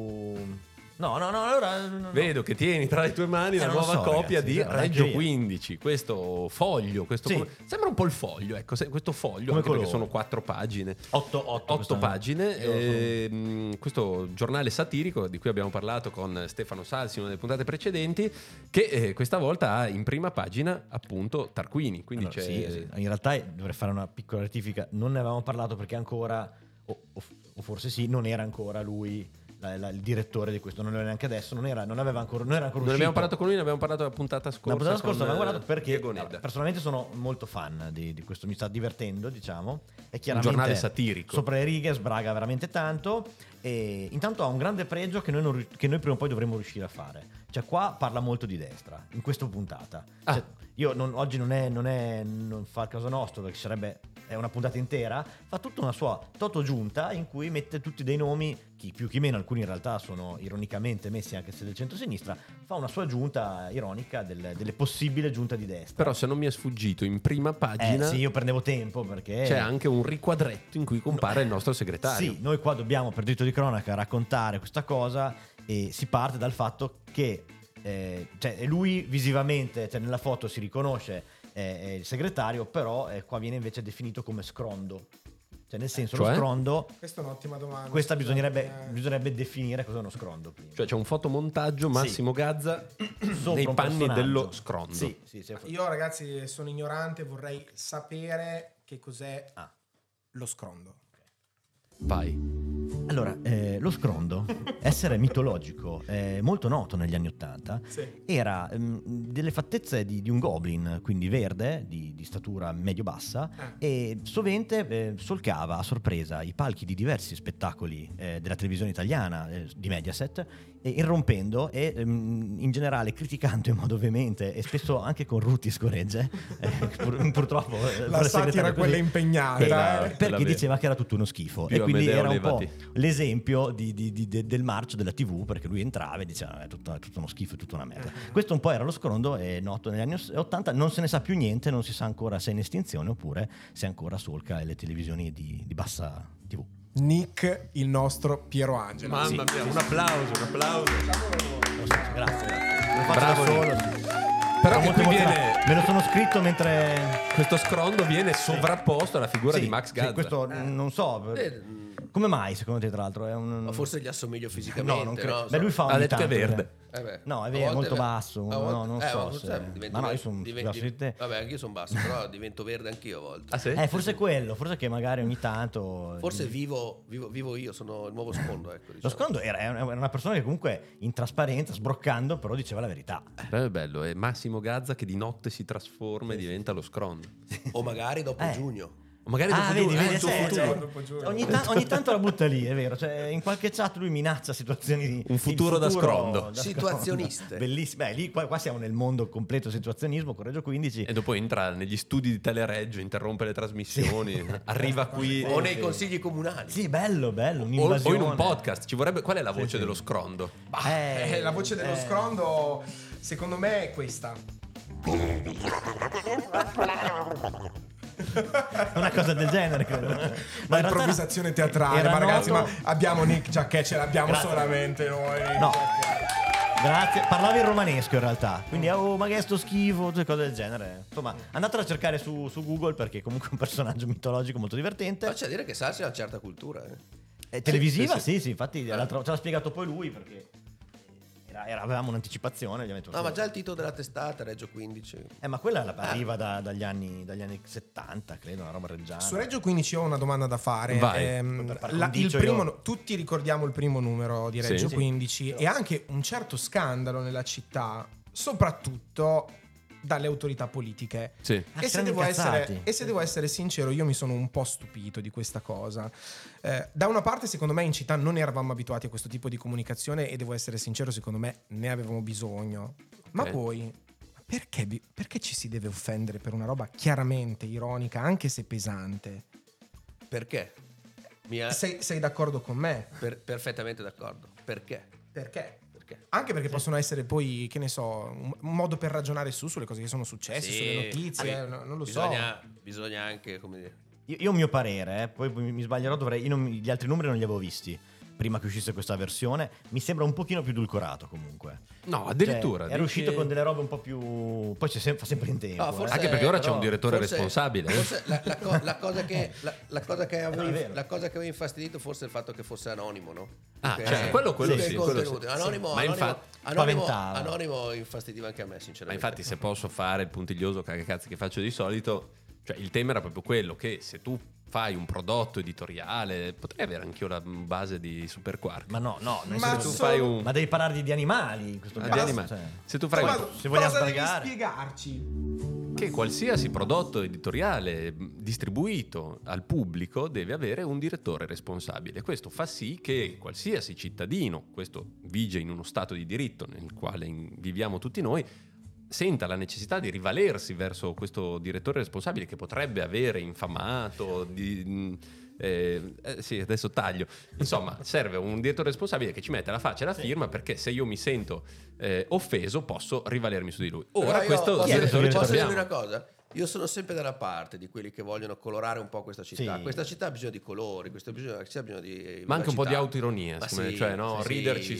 No, no, no, allora. no, no. vedo che tieni tra le tue mani Eh, la non lo nuova so, copia ragazzi, di cioè, non è Reggio teoria. 15, questo foglio, questo Sì. come- sembra un po' il foglio, ecco, se- questo foglio, Come anche perché colore. sono quattro pagine. Otto, otto, Otto questa- pagine, Io sono- ehm, questo giornale satirico di cui abbiamo parlato con Stefano Salsi in una delle puntate precedenti, che eh, questa volta ha in prima pagina appunto Tarquini, quindi Allora, c'è... eh, sì, sì. in realtà dovrei fare una piccola rettifica. Non ne avevamo parlato perché ancora, o, o f- o forse sì, non era ancora lui la- la- il direttore di questo. Non lo è neanche adesso, non, era, non aveva ancora. Non era ancora Non uscito. abbiamo parlato con lui, ne abbiamo parlato la puntata scorsa. La puntata scorsa con, l'ho eh, guardato perché Diego Nedda. allora, personalmente sono molto fan di, di questo, mi sta divertendo, diciamo. È un chiaramente giornale satirico. sopra le righe, sbraga veramente tanto. E intanto ha un grande pregio che noi, non ri- che noi prima o poi dovremmo riuscire a fare. Cioè, qua parla molto di destra, in questa puntata. Ah. Cioè, io non- oggi non è, non è- non fa il caso nostro, perché sarebbe è una puntata intera. Fa tutta una sua toto giunta in cui mette tutti dei nomi, chi più chi meno, alcuni in realtà sono ironicamente messi anche se del centro-sinistra. Fa una sua giunta ironica del- delle possibili giunta di destra. Però se non mi è sfuggito, in prima eh, pagina sì, io prendevo tempo perché c'è anche un riquadretto in cui compare il nostro segretario. Eh. Sì, noi qua dobbiamo per diritto di cronaca raccontare questa cosa e si parte dal fatto che eh, cioè, lui visivamente, cioè, nella foto si riconosce eh, è il segretario, però eh, qua viene invece definito come scrondo. Cioè nel senso Cioè? lo scrondo, Questa è un'ottima domanda. questa Eh, bisognerebbe, bisognerebbe definire cos'è uno scrondo prima. Cioè c'è un fotomontaggio Massimo Gazza Sopra Cioè, nei un panni personaggio. dello scrondo. Sì, sì, sì. Io ragazzi sono ignorante, vorrei sapere che cos'è Ah. lo scrondo. Vai. Allora, eh, lo scrondo, essere mitologico, eh, molto noto negli anni Ottanta, Sì. era ehm, delle fattezze di, di un goblin, quindi verde, di, di statura medio-bassa, Ah. e sovente eh, solcava a sorpresa i palchi di diversi spettacoli eh, della televisione italiana, eh, di Mediaset, e irrompendo e ehm, in generale criticando in modo veemente e spesso anche con rutti scoregge, eh, pur- purtroppo... eh, La per satira segretario quella così, impegnata. Quella- eh. perché Della vera. diceva che era tutto uno schifo Più Boh, e quindi Amedeo era un Levati. po' l'esempio di- di- di- de- del marcio della tv perché lui entrava e diceva "No, è tutto, è tutto uno schifo è tutta una merda questo un po' era lo scrondo è noto negli anni 80 non se ne sa più niente non si sa ancora se è in estinzione oppure se ancora solca le televisioni di, di bassa tv Nick, il nostro Piero Angelo. Mamma mia, un applauso, un applauso. grazie Lo faccio Bravo, da solo. Nick. sì. Però Sono che molto qui emozionato. viene- Me lo sono scritto mentre... Questo scrondo viene sovrapposto alla figura Sì, di Max sì, Gazza. questo non so. per- Eh, Come mai, secondo te, tra l'altro? È un... Ma forse gli assomiglio No, fisicamente. non credo. no? Beh, lui fa Ha ogni detto che è tanto, verde. Eh beh, No, è a vero, è volte molto ver- basso, a no, volte- eh, no, non so ma se- sai, diventi ma no, io ver- sono più diventi- basso di te. Vabbè, anche io sono basso, però divento verde anch'io a volte. Ah, sì? Eh, forse è quello, forse che magari ogni tanto... Forse vivo, vivo, vivo io, sono il nuovo scondo. Ecco, Lo diciamo. scondo era, era una persona che comunque in trasparenza, sbroccando, però diceva la verità. Però è bello, è Massimo Gazza che di notte si trasforma e diventa lo scrondo. O magari dopo Eh. giugno. O magari Ah, dopo vedi, due- vedi, eh, il tuo sì, certo. futuro. sì. dopo giugno. Ogni, ta- ogni tanto la butta lì, è vero. Cioè, in qualche chat lui minaccia situazioni di... Un il futuro da scrondo. da Situazioniste. Bellissimo. Beh, lì, qua, qua siamo nel mondo completo situazionismo, Correggio 15. E dopo entra negli studi di Telereggio, interrompe le trasmissioni, arriva qui O nei consigli comunali. Sì, bello, bello, o, o un'invasione. in un podcast. Ci vorrebbe qual è la voce sì. dello scrondo? Eh, Eh, la voce dello eh. scrondo, secondo me, è questa. una cosa del genere, credo. Ma in Ma realtà improvvisazione era- teatrale, era ma ragazzi, noto- ma abbiamo Nick Giacchè, ce l'abbiamo Grazie. solamente noi. Nick No. Giacchè. Grazie, parlava in romanesco in realtà, quindi oh ma che è sto schifo, tutte cose del genere. Insomma, andatela a cercare su, su Google perché comunque è un personaggio mitologico molto Ma divertente. c'è da dire che Sassi ha una certa cultura. eh. È televisiva, sì, sì, sì, infatti l'altro- ce l'ha spiegato poi lui perché era- era- avevamo un'anticipazione, gli ho detto, No, ma "Sì". già il titolo della testata, Reggio 15. Eh, ma quella la- arriva da- dagli, anni, dagli anni 70, credo, una roba reggiana. Su Reggio 15 ho una domanda da fare. Vai. Ehm, Per par la- il condicio primo io- nu- tutti ricordiamo il primo numero di Reggio Sì. 15 e anche un certo scandalo nella città, soprattutto dalle autorità politiche. Sì. Ah, E si se, erano devo essere, incazzati. e se devo essere sincero, io mi sono un po' stupito di questa cosa. Eh, da una parte, secondo me, in città non eravamo abituati a questo tipo di comunicazione e devo essere sincero, secondo me ne avevamo bisogno. Ma Ok. poi, perché, bi- perché ci si deve offendere per una roba chiaramente ironica, anche se pesante? Perché? Mi ha- Sei, sei d'accordo con me? per- perfettamente d'accordo. Perché? Perché? Perché? Anche perché possono essere poi, che ne so, un un modo per ragionare su sulle cose che sono successe, Sì, sulle notizie, poi eh, no- non lo so. bisogna, Bisogna anche, come dire... Io, io mio parere, eh, poi mi mi sbaglierò, dovrei, io non- gli altri numeri non li avevo visti prima che uscisse questa versione. Mi sembra un pochino più edulcorato comunque. No, addirittura. Cioè, era dici- Ah, uscito con delle robe un po' più... Poi c'è sempre, fa sempre in tempo. No, eh. forse- Anche perché ora però c'è un direttore forse- responsabile. forse la, la co- la cosa che, la, la cosa che No, è avevo, vero. la cosa che aveva infastidito forse è il fatto che fosse anonimo, no? Ah, Che- cioè, quello- quello che sì, i quello contenuti. sì. Anonimo, Sì. Ma anonimo, infatti- anonimo, spaventava. anonimo infastidiva anche a me, Ma sinceramente. infatti, se posso fare il puntiglioso cagacazzi che faccio di solito, cioè il tema era proprio quello che se tu fai un prodotto editoriale, potrei avere anch'io la base di Superquark. Ma no, no. nel Ma se senso- tu solo- fai un ma devi parlarti di animali in questo Ah, di caso. anima- cioè. Se tu fai un- Ma se vogliamo cosa devi sbragare. spiegarci? che qualsiasi prodotto editoriale mh, distribuito al pubblico deve avere un direttore responsabile. Questo fa sì che qualsiasi cittadino, questo vige in uno stato di diritto nel quale in- viviamo tutti noi, senta la necessità di rivalersi verso questo direttore responsabile che potrebbe avere infamato, di- mh, eh, eh, sì, adesso taglio. Insomma, serve un direttore responsabile che ci mette la faccia e la firma perché se io mi sento eh, offeso posso rivalermi su di lui. Però Ora io questo posso, Chi è il direttore direttore? ce posso dirvi l'abbiamo. una cosa? Io sono sempre dalla parte di quelli che vogliono colorare un po' questa città. Sì. Questa città ha bisogno di colori, questa bisogno- questa città ha bisogno di... Ma anche un po' di vivacità. autoironia, Ma secondo me, sì, cioè no, sì, riderci sì.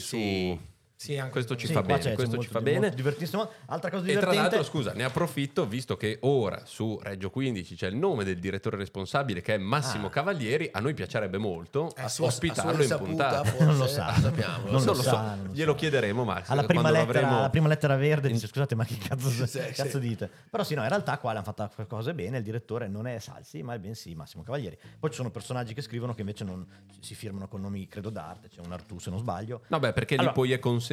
su... Sì, anche questo ci Sì, fa qua bene, c'è- c'è questo molto ci fa di- bene. molto divertissimo. Altra cosa E tra l'altro, divertente... scusa, ne approfitto visto che ora su Reggio 15 c'è il nome del direttore responsabile che è Massimo Ah. Cavalieri. A noi piacerebbe molto A sua- a sua ospitarlo in insaputa, puntata. forse, Non lo sa. sappiamo. Non lo lo sa, so, non lo glielo sa. chiederemo, Max. alla prima quando lettera, l'avremo- alla prima lettera verde dice scusate ma che cazzo, Sì, cazzo sì. dite però sì no in realtà qua l'hanno fatta cose bene il direttore non è Salsi ma è bensì Massimo Cavalieri poi ci sono personaggi che scrivono che invece non si firmano con nomi credo d'arte c'è un Artù se non sbaglio No, beh, perché Allora, lì poi è consentito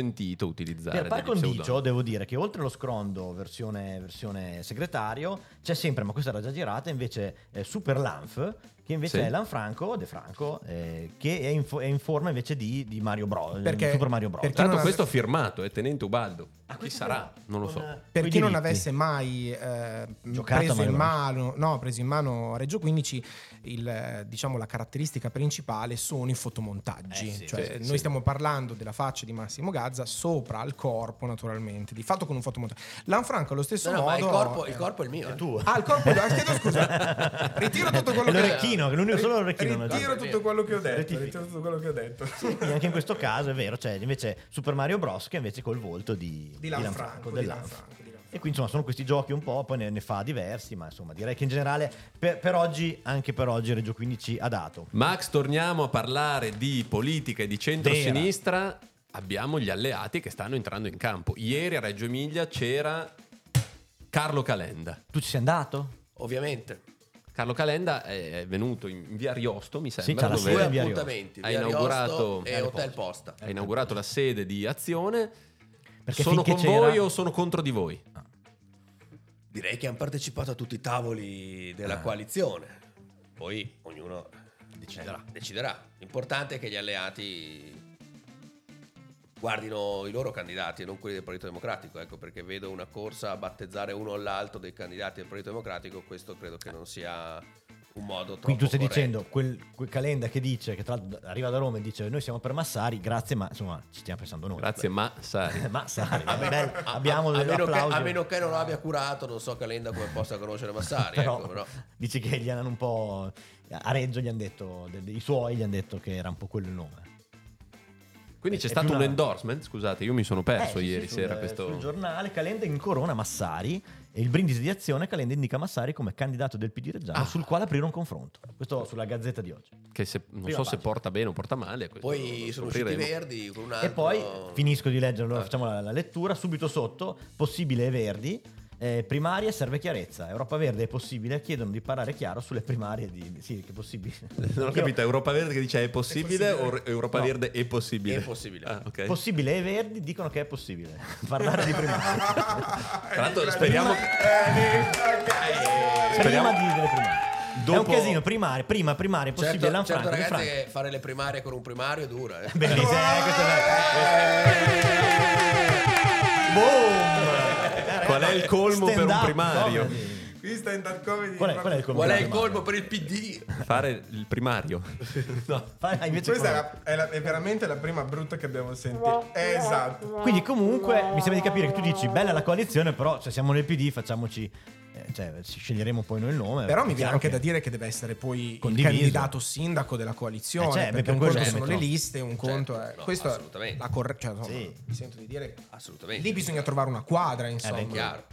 utilizzare. per par degli pseudonimi. condicio devo dire che oltre allo scrondo versione, versione segretario c'è sempre ma questa era già girata invece eh, Super Lanf che invece Sì. è Lanfranco De Franco eh, che è in, fo- è in forma invece di, di Mario Bros Perché- Super Mario Bros perché Tra l'altro, Non- questo firmato è Tenente Ubaldo. Ah, Chi questo sarà? qua, Non lo con, so. eh, Per coi chi non diritti. avesse mai eh, Giocato preso, a in Mario mano, no, preso in mano Reggio 15, il, eh, diciamo, la caratteristica principale sono i fotomontaggi. Eh sì, Cioè, sì, noi stiamo parlando della faccia di Massimo Gazza Gaza sopra al corpo, naturalmente, di fatto con un fotomontaggio. Lanfranco allo stesso No, no, modo. ma il corpo, il eh, corpo è il mio. eh. tu. Ah, il corpo, ah, chiedo scusa. Ritiro tutto quello È che l'orecchino, che non è solo Ri- l'orecchino, non è Ritiro tanto. tutto quello che ho detto, Rettifica. ritiro tutto quello che ho detto. Quindi anche in questo caso è vero, c'è invece Super Mario Bros. che invece col volto di, Di Lanfranco, Lanfranco, del di Lanfranco. Lanfranco, di Lanfranco. E quindi insomma sono questi giochi un po', poi ne, ne fa diversi, ma insomma direi che in generale per, per oggi, anche per oggi Reggio 15 ha dato. Max, torniamo a parlare di politica e di centrosinistra. Abbiamo gli alleati che stanno entrando in campo. Ieri a Reggio Emilia c'era Carlo Calenda. Tu ci sei andato? Ovviamente. Carlo Calenda è venuto in via Riosto, mi sembra, c'ha la dove sede Due via Riosto. appuntamenti. ha Via Riosto inaugurato- e Hotel Posta. ha inaugurato la sede di Azione. Perché sono con finché c'era- voi o sono contro di voi? Direi che hanno partecipato a tutti i tavoli Ah. della coalizione. Poi ognuno deciderà. deciderà. L'importante è che gli alleati guardino i loro candidati e non quelli del Partito Democratico, ecco perché vedo una corsa a battezzare uno all'altro dei candidati del Partito Democratico, questo credo che non sia un modo troppo Quindi tu stai corretto. dicendo quel, quel Calenda che dice, che tra l'altro arriva da Roma e dice noi siamo per Massari, grazie ma insomma ci stiamo pensando noi. Grazie, ma sai. Massari, A me- bello, a- abbiamo a, a degli meno che, applausi. Ah. a meno che non abbia curato, non so Calenda come possa conoscere Massari, però, ecco, però. dici che gli hanno un po' a Reggio gli hanno detto de- de- i suoi gli hanno detto che era un po' quello il nome Quindi c'è Eh, È stato più un una- endorsement, scusate, io mi sono perso Eh, sì, sì, ieri sul- sera sul questo... giornale Calenda incorona Massari e il brindisi di azione Calenda indica Massari come candidato del PD Reggiano Ah. sul quale aprire un confronto questo sulla Gazzetta di oggi che se- non Prima so se pagina. porta bene o porta male. questo lo- Poi lo sono usciti i scopriremo. verdi con un altro... e poi finisco di leggere allora Ah. facciamo la, la lettura subito sotto possibile e verdi eh, primarie serve chiarezza Europa Verde è possibile chiedono di parlare chiaro sulle primarie di, di- sì che è possibile Non ho Io- capito, Europa Verde che dice è possibile, È o Europa No. Verde è possibile? È possibile. Ah, ok. Possibile e verdi dicono che è possibile parlare di primarie. Tra l'altro speriamo... prima Speriamo- di delle primarie. È un Dopo- casino, primarie, prima, primarie, Certo, possibile, certo, Lanfranco, ragazzi, Lanfranco. che fare le primarie con un primario è dura. eh. Bellissimo, eh, questo è- Boom! Qual è il colmo per un Stand up primario? comedy. Qui sta in dark comedy. Qual è, qual è il colmo? Qual è per il un primario? colpo per il PD? Fare il primario. no. Fa- ah, invece Questa è, qual è? la- è la- è veramente la prima brutta che abbiamo sentito. Eh, esatto. Quindi comunque mi sembra di capire che tu dici bella la coalizione, però cioè, siamo nel PD, facciamoci... eh, cioè, ci sceglieremo poi noi il nome. Però mi viene È Eh, chiaro anche che- da dire che deve essere poi Condiviso. il candidato sindaco della coalizione. Eh, cioè, perché per un quello conto che sono le metto. liste, un conto è. no, questo è assolutamente. la corre- cioè, insomma, Certo. Sì. Eh, Mi sento di dire. Assolutamente. Lì bisogna trovare una quadra, insomma. beh, Chiaro.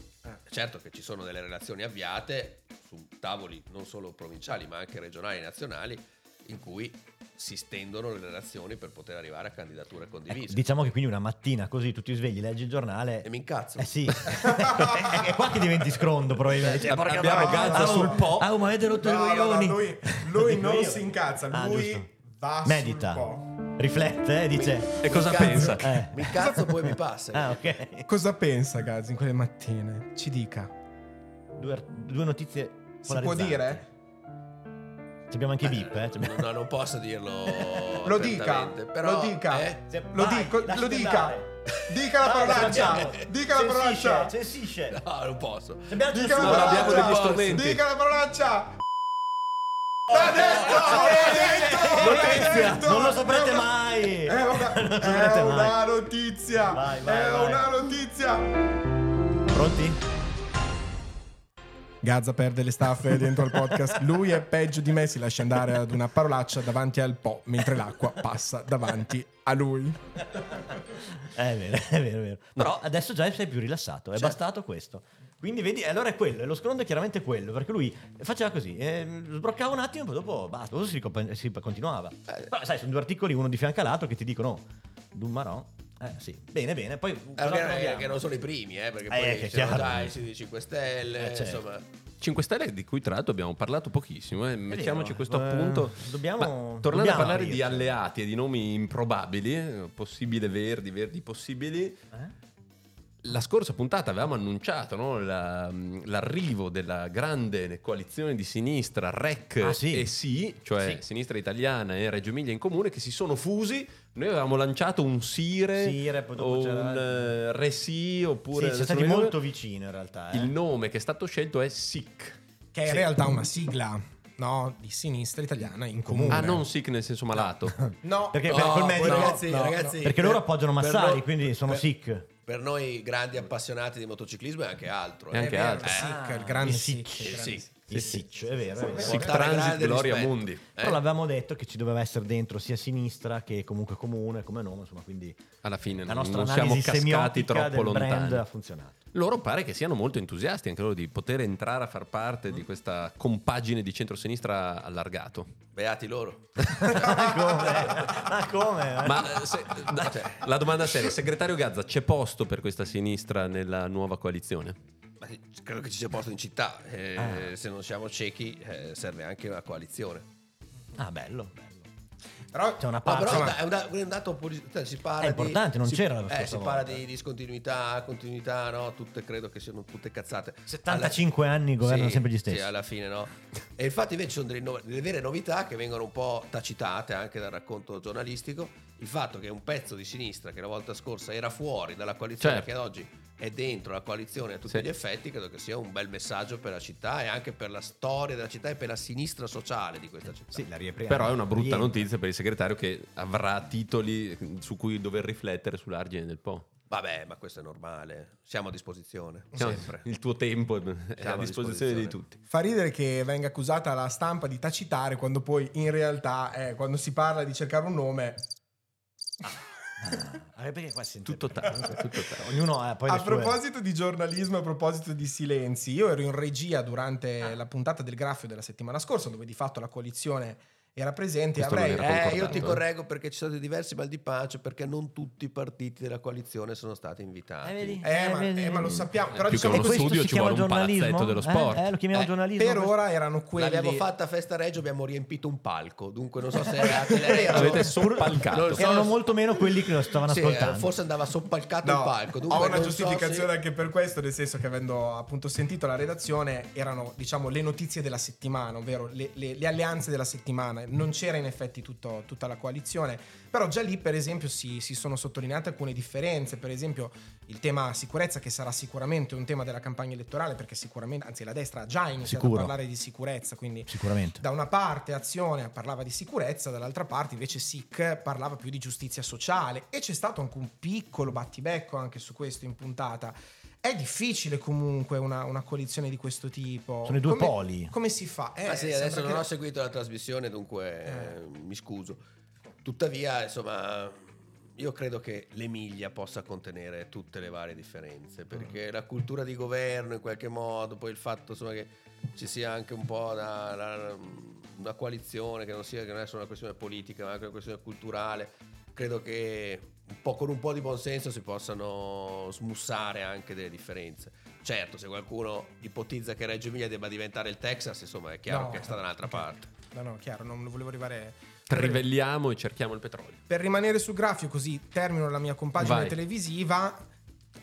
Certo che ci sono delle relazioni avviate su tavoli non solo provinciali ma anche regionali e nazionali in cui si stendono le relazioni per poter arrivare a candidature Ecco, condivise. diciamo che quindi una mattina così tu ti svegli, leggi il giornale E mi incazzo. Eh sì, è è qua che diventi scrondo probabilmente. Cioè, porca Abbiamo madonna. Gazza Ah, sul oh, po'. Ah, oh, ma avete rotto i No, no, no, coglioni. lui, Lo lui dico non io. si incazza, Ah, lui giusto. va Medita, sul po'. riflette e dice... E cosa Mi pensa? incazzo- Eh. Mi incazzo poi mi passa. Ah, ok. Cosa pensa Gaz in quelle mattine? Ci dica. Due, due notizie Si può polarizzanti. dire? Ci abbiamo anche i bip, eh. ci abbiamo- No, non posso dirlo. Lo dica, apertamente, però, lo dica, eh, Se- lo, vai, dico, lasci lo dica, andare. dica la Vai, parolaccia, facciamo. dica la Censisce, parolaccia, Censisce. Ah, no, non posso. Se abbiamo dica censura, la Non abbiamo degli parolaccia, strumenti. dica la parolaccia. L'ha detto, l'ha detto, l'ha detto. Non lo saprete È una- mai. È una, Non lo è saprete mai. una notizia, Vai, vai, è vai. una notizia. Pronti? Gazza perde le staffe dentro al podcast. Lui è peggio di me, si lascia andare ad una parolaccia davanti al Po, mentre l'acqua passa davanti a lui. È vero, è vero, è vero. Però adesso già sei più rilassato, è bastato questo. Quindi vedi, allora è quello, e lo scondo è chiaramente quello, perché lui faceva così, ehm, sbroccava un attimo, poi dopo basta, dopo si, ricomp- si continuava. Però sai, sono due articoli, uno di fianco all'altro, che ti dicono, "Oh, Dummarò, eh sì, bene, bene, poi... Eh, cosa che- proviamo? che non sono i primi, eh, perché Eh, poi che è c'erano chiaro. già i 16 5 Stelle, Eh, certo. insomma. 5 Stelle di cui tra l'altro abbiamo parlato pochissimo, eh. mettiamoci vero, questo eh, appunto. dobbiamo- Ma tornando dobbiamo a parlare di aprirci. alleati e di nomi improbabili, eh, possibile verdi, verdi possibili, Eh? la scorsa puntata avevamo annunciato no, la- l'arrivo della grande coalizione di sinistra, REC Ah, sì. e SI, cioè Sì. Sinistra Italiana e Reggio Emilia in comune, che si sono fusi. Noi avevamo lanciato un SIRE, Sire, poi dopo o c'era- un eh, RESI, sì, siamo oppure... adesso stati non mi molto ricordo. vicino in realtà. eh. Il nome che è stato scelto è SIC. Che è in realtà una sigla. No, di sinistra italiana in comune. Ah, non sick nel senso malato. No, Perché no, per- col medico- ragazzi, no, no. ragazzi, Perché loro appoggiano per Massari, noi- quindi sono per- sick. Per noi grandi appassionati di motociclismo è anche altro. È eh. anche è vero, altro. Ah, Sick, Ah, il grande il Sick, Sick, il grande sì. Sick. Il siccio, è vero. È vero. Sick Portare Transit grande Gloria rispetto. Mundi. Però l'avevamo detto che ci doveva essere dentro sia sinistra che comunque comune come nome, insomma, quindi Alla fine la non, nostra non siamo analisi cascati semiotica troppo del brand lontani. ha funzionato. Loro pare che siano molto entusiasti anche loro di poter entrare a far parte di questa compagine di centrosinistra allargato. Beati loro. Ma come? Ma come? Ma eh, se- Ah, da- cioè, la domanda seria, segretario Gazza, c'è posto per questa sinistra nella nuova coalizione? Ma che- credo che ci sia posto in città. eh, Ah. Se non siamo ciechi, eh, serve anche una coalizione. Ah, bello, bello. Però C'è una Ma parte. però insomma- è, un da- è un dato posi- cioè, si parla È importantante, di, non si- c'era la eh, scorsa si parla volta. di discontinuità, continuità, no? Tutte credo che siano tutte cazzate. 75 anni governano Sì, sempre gli stessi. Sì, alla fine no. E infatti invece sono delle, no- delle vere novità che vengono un po' tacitate anche dal racconto giornalistico. Il fatto che un pezzo di sinistra che la volta scorsa era fuori dalla coalizione, Certo. che ad oggi è dentro la coalizione a tutti Sì. gli effetti, credo che sia un bel messaggio per la città e anche per la storia della città e per la sinistra sociale di questa città. Sì, la riapriamo. Però è una brutta Rientro. notizia per il segretario che avrà titoli su cui dover riflettere sull'argine del po'. Vabbè, ma questo è normale. Siamo a disposizione, Siamo- sempre. Cioè, Il tuo tempo è è a a disposizione di disposizione. tutti. Fa ridere che venga accusata la stampa di tacitare quando poi in realtà eh, quando si parla di cercare un nome Ah, perché qua si Tutto interpreta. tanto, tutto tanto. Ognuno ha poi a le sue- proposito di giornalismo, a proposito di silenzi, io ero in regia durante Ah. la puntata del graffio della settimana scorsa, dove di fatto la coalizione era presente. e Questo Avrei, non era Eh, concordato, io ti eh. correggo perché ci sono stati diversi mal di pancia perché non tutti i partiti della coalizione sono stati invitati. Eh, vedi? Eh, ma, vedi? eh, ma lo sappiamo. Eh, Però più che diciamo uno E così, questo studio si ci chiama vuole un giornalismo? palazzetto dello Eh, sport. Eh, lo chiamiamo Eh, giornalismo. per questo? ora erano quelli. L'abbiamo fatta a Festa Reggio, abbiamo riempito un palco, dunque non so se era era- Avete Non soppalcato. lo so. Erano molto meno quelli che lo stavano Sì, ascoltando. eh, forse andava soppalcato No, il palco. Dunque ho una non so giustificazione se- anche per questo, nel senso che avendo appunto sentito la redazione erano diciamo le notizie della settimana, ovvero le, le- le alleanze della settimana, non c'era in effetti tutto- tutta la coalizione, però già lì per esempio si, si sono sottolineate alcune differenze, per esempio il tema sicurezza che sarà sicuramente un tema della campagna elettorale perché sicuramente, anzi la destra ha già iniziato Sicuro. a parlare di sicurezza, quindi Sicuramente. da una parte Azione parlava di sicurezza, dall'altra parte invece SIC parlava più di giustizia sociale e c'è stato anche un piccolo battibecco anche su questo in puntata. È difficile comunque una, una coalizione di questo tipo. Sono i due Come- poli. Come si fa? Eh, Ah, sì, sembra adesso non che- ho seguito la trasmissione, dunque eh, mi scuso. Tuttavia, insomma, io credo che l'Emilia possa contenere tutte le varie Mm. differenze, perché la cultura di governo in qualche modo, poi il fatto insomma, che ci sia anche un po' una, la- una coalizione, che non, sia, che non è solo una questione politica, ma anche una questione culturale, credo che un po', con un po' di buonsenso si possano smussare anche delle differenze. Certo, se qualcuno ipotizza che Reggio Emilia debba diventare il Texas, insomma, è chiaro No. che sta da un'altra parte. No, no, chiaro, non volevo arrivare... Trivelliamo e cerchiamo il petrolio. Per rimanere su graffio, così termino la mia compagine Vai. televisiva. Ah,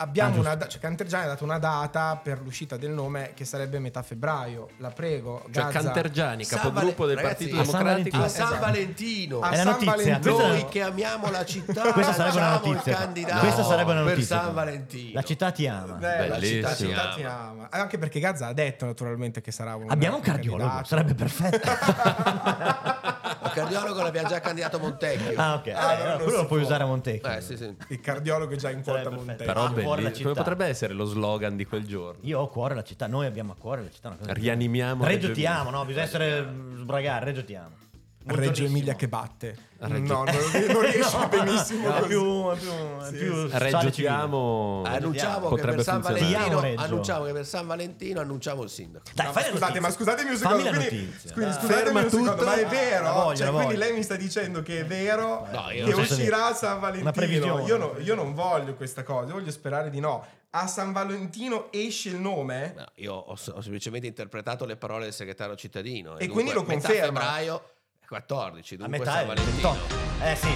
Abbiamo giusto. una da- cioè Canter Già ha dato una data per l'uscita del nome che sarebbe metà febbraio. La prego, Cioè Gazza. Cantergiani, San capogruppo del Valen- Partito ragazzi, a San Democratico. eh, Ah, A esatto. San Valentino, A È la San notizia. Valentino. Questa, noi che amiamo la città, questa sarebbe una lanciamo il notizia. candidato Questa sarebbe una per notizia. San Valentino. La città ti ama. Beh, la Bellissimo. città, città ti ama. Eh, Anche perché Gazza ha detto naturalmente che sarà un Abbiamo un cardiologo, candidato. sarebbe perfetto. Il cardiologo l'abbiamo già candidato a Montecchio. ah, ok. Ah, Eh, no, no, non quello si lo puoi può. usare a Montecchio. Eh, sì, sì. Il cardiologo è già in quota Sarebbe Montecchio. perfetto. Però Ah, fuori la bellissimo. Come città. potrebbe essere lo slogan di quel giorno? Io ho a cuore la città, noi abbiamo a cuore la città. una cosa- Rianimiamo Reggio, Reggio ti Emilia. amo, no? Bisogna essere eh, sbragare, Reggio ti amo. Reggio Buongiornissimo. Emilia che batte. Reggio- No, non, non riesci No, benissimo. no, così. è più, è più, è Sì, più Reggio sociale ti amo. Ah, Annunciamo che, potrebbe per San funzionare. Ti amo, Valentino, Reggio. annunciamo che per San Valentino annunciamo il sindaco. Dai, No, ma fai la scusate, notizia. ma scusatemi un Fammi secondo. la Quindi, notizia. quindi Dai. scusatemi un secondo, tutto. ma è La vero? voglio, Cioè, la quindi voglio. lei mi sta dicendo che è vero No, io che non so se- uscirà a San Una Valentino. previsione. Io, no- io non voglio questa cosa, io voglio sperare di no. A San Valentino esce il nome? No, io ho, ho semplicemente interpretato le parole del segretario cittadino. E quindi lo metà conferma. febbraio 14, A dunque metà San è Valentino. 28. Eh sì.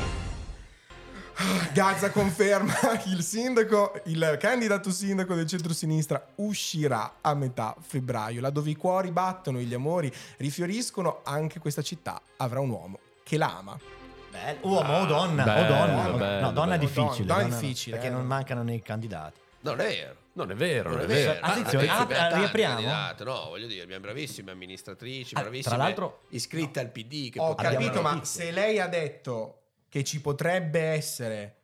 Gazza conferma il sindaco, il candidato sindaco del centrosinistra uscirà a metà febbraio, là dove i cuori battono, gli amori rifioriscono, anche questa città avrà un uomo che la ama. Bello. Uomo o donna, o Bello, donna. bello, no, donna è bello. difficile. Ah, Donna è difficile, Perché eh. non mancano nei candidati. Non è vero. Non è vero, non, Non è vero. Attenzione, Renzi ah, Bertani, riapriamo. candidato. No, voglio dire, abbiamo bravissime amministratrici, Ah, bravissime. tra l'altro- iscritte al PD. Che Ho potrebbero- capito, ma visto. se lei ha detto che ci potrebbe essere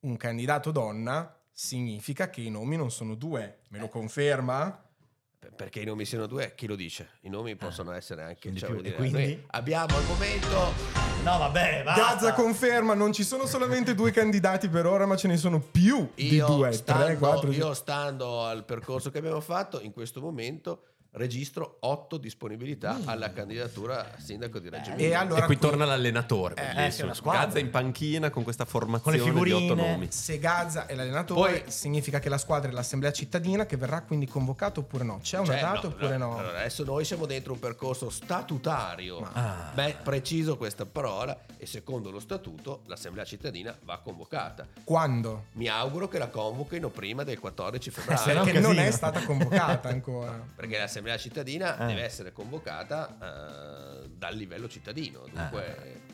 un candidato donna, significa che i nomi non sono due. Me lo conferma? Perché i nomi siano due, chi lo dice? I nomi possono essere anche. Eh, sono di più. Cioè, voglio E dire, quindi? noi abbiamo al momento. No, vabbè, basta. Gazza conferma, non ci sono solamente due candidati per ora, ma ce ne sono più di Io due. tre, stando, quattro, io stando al percorso che abbiamo fatto, in questo momento registro otto disponibilità alla candidatura a sindaco di Reggio Emilia. Mm. E allora e qui qui- torna l'allenatore. Eh, sì, bellissimo. una squadra. Gazza in panchina con questa formazione Con le di otto figurine. nomi. Se Gazza è l'allenatore, Poi- significa che la squadra è l'assemblea cittadina che verrà quindi convocata oppure no? C'è una Cioè, data no, oppure no? allora, adesso noi siamo dentro un percorso statutario. Ah. Beh, preciso questa parola e secondo lo statuto l'assemblea cittadina va convocata. Quando? Mi auguro che la convochino prima del 14 se no- febbraio. Perché un Eh, non casino. è stata convocata ancora. Perché l'assemblea cittadina Eh. deve essere convocata eh, dal livello cittadino. Dunque,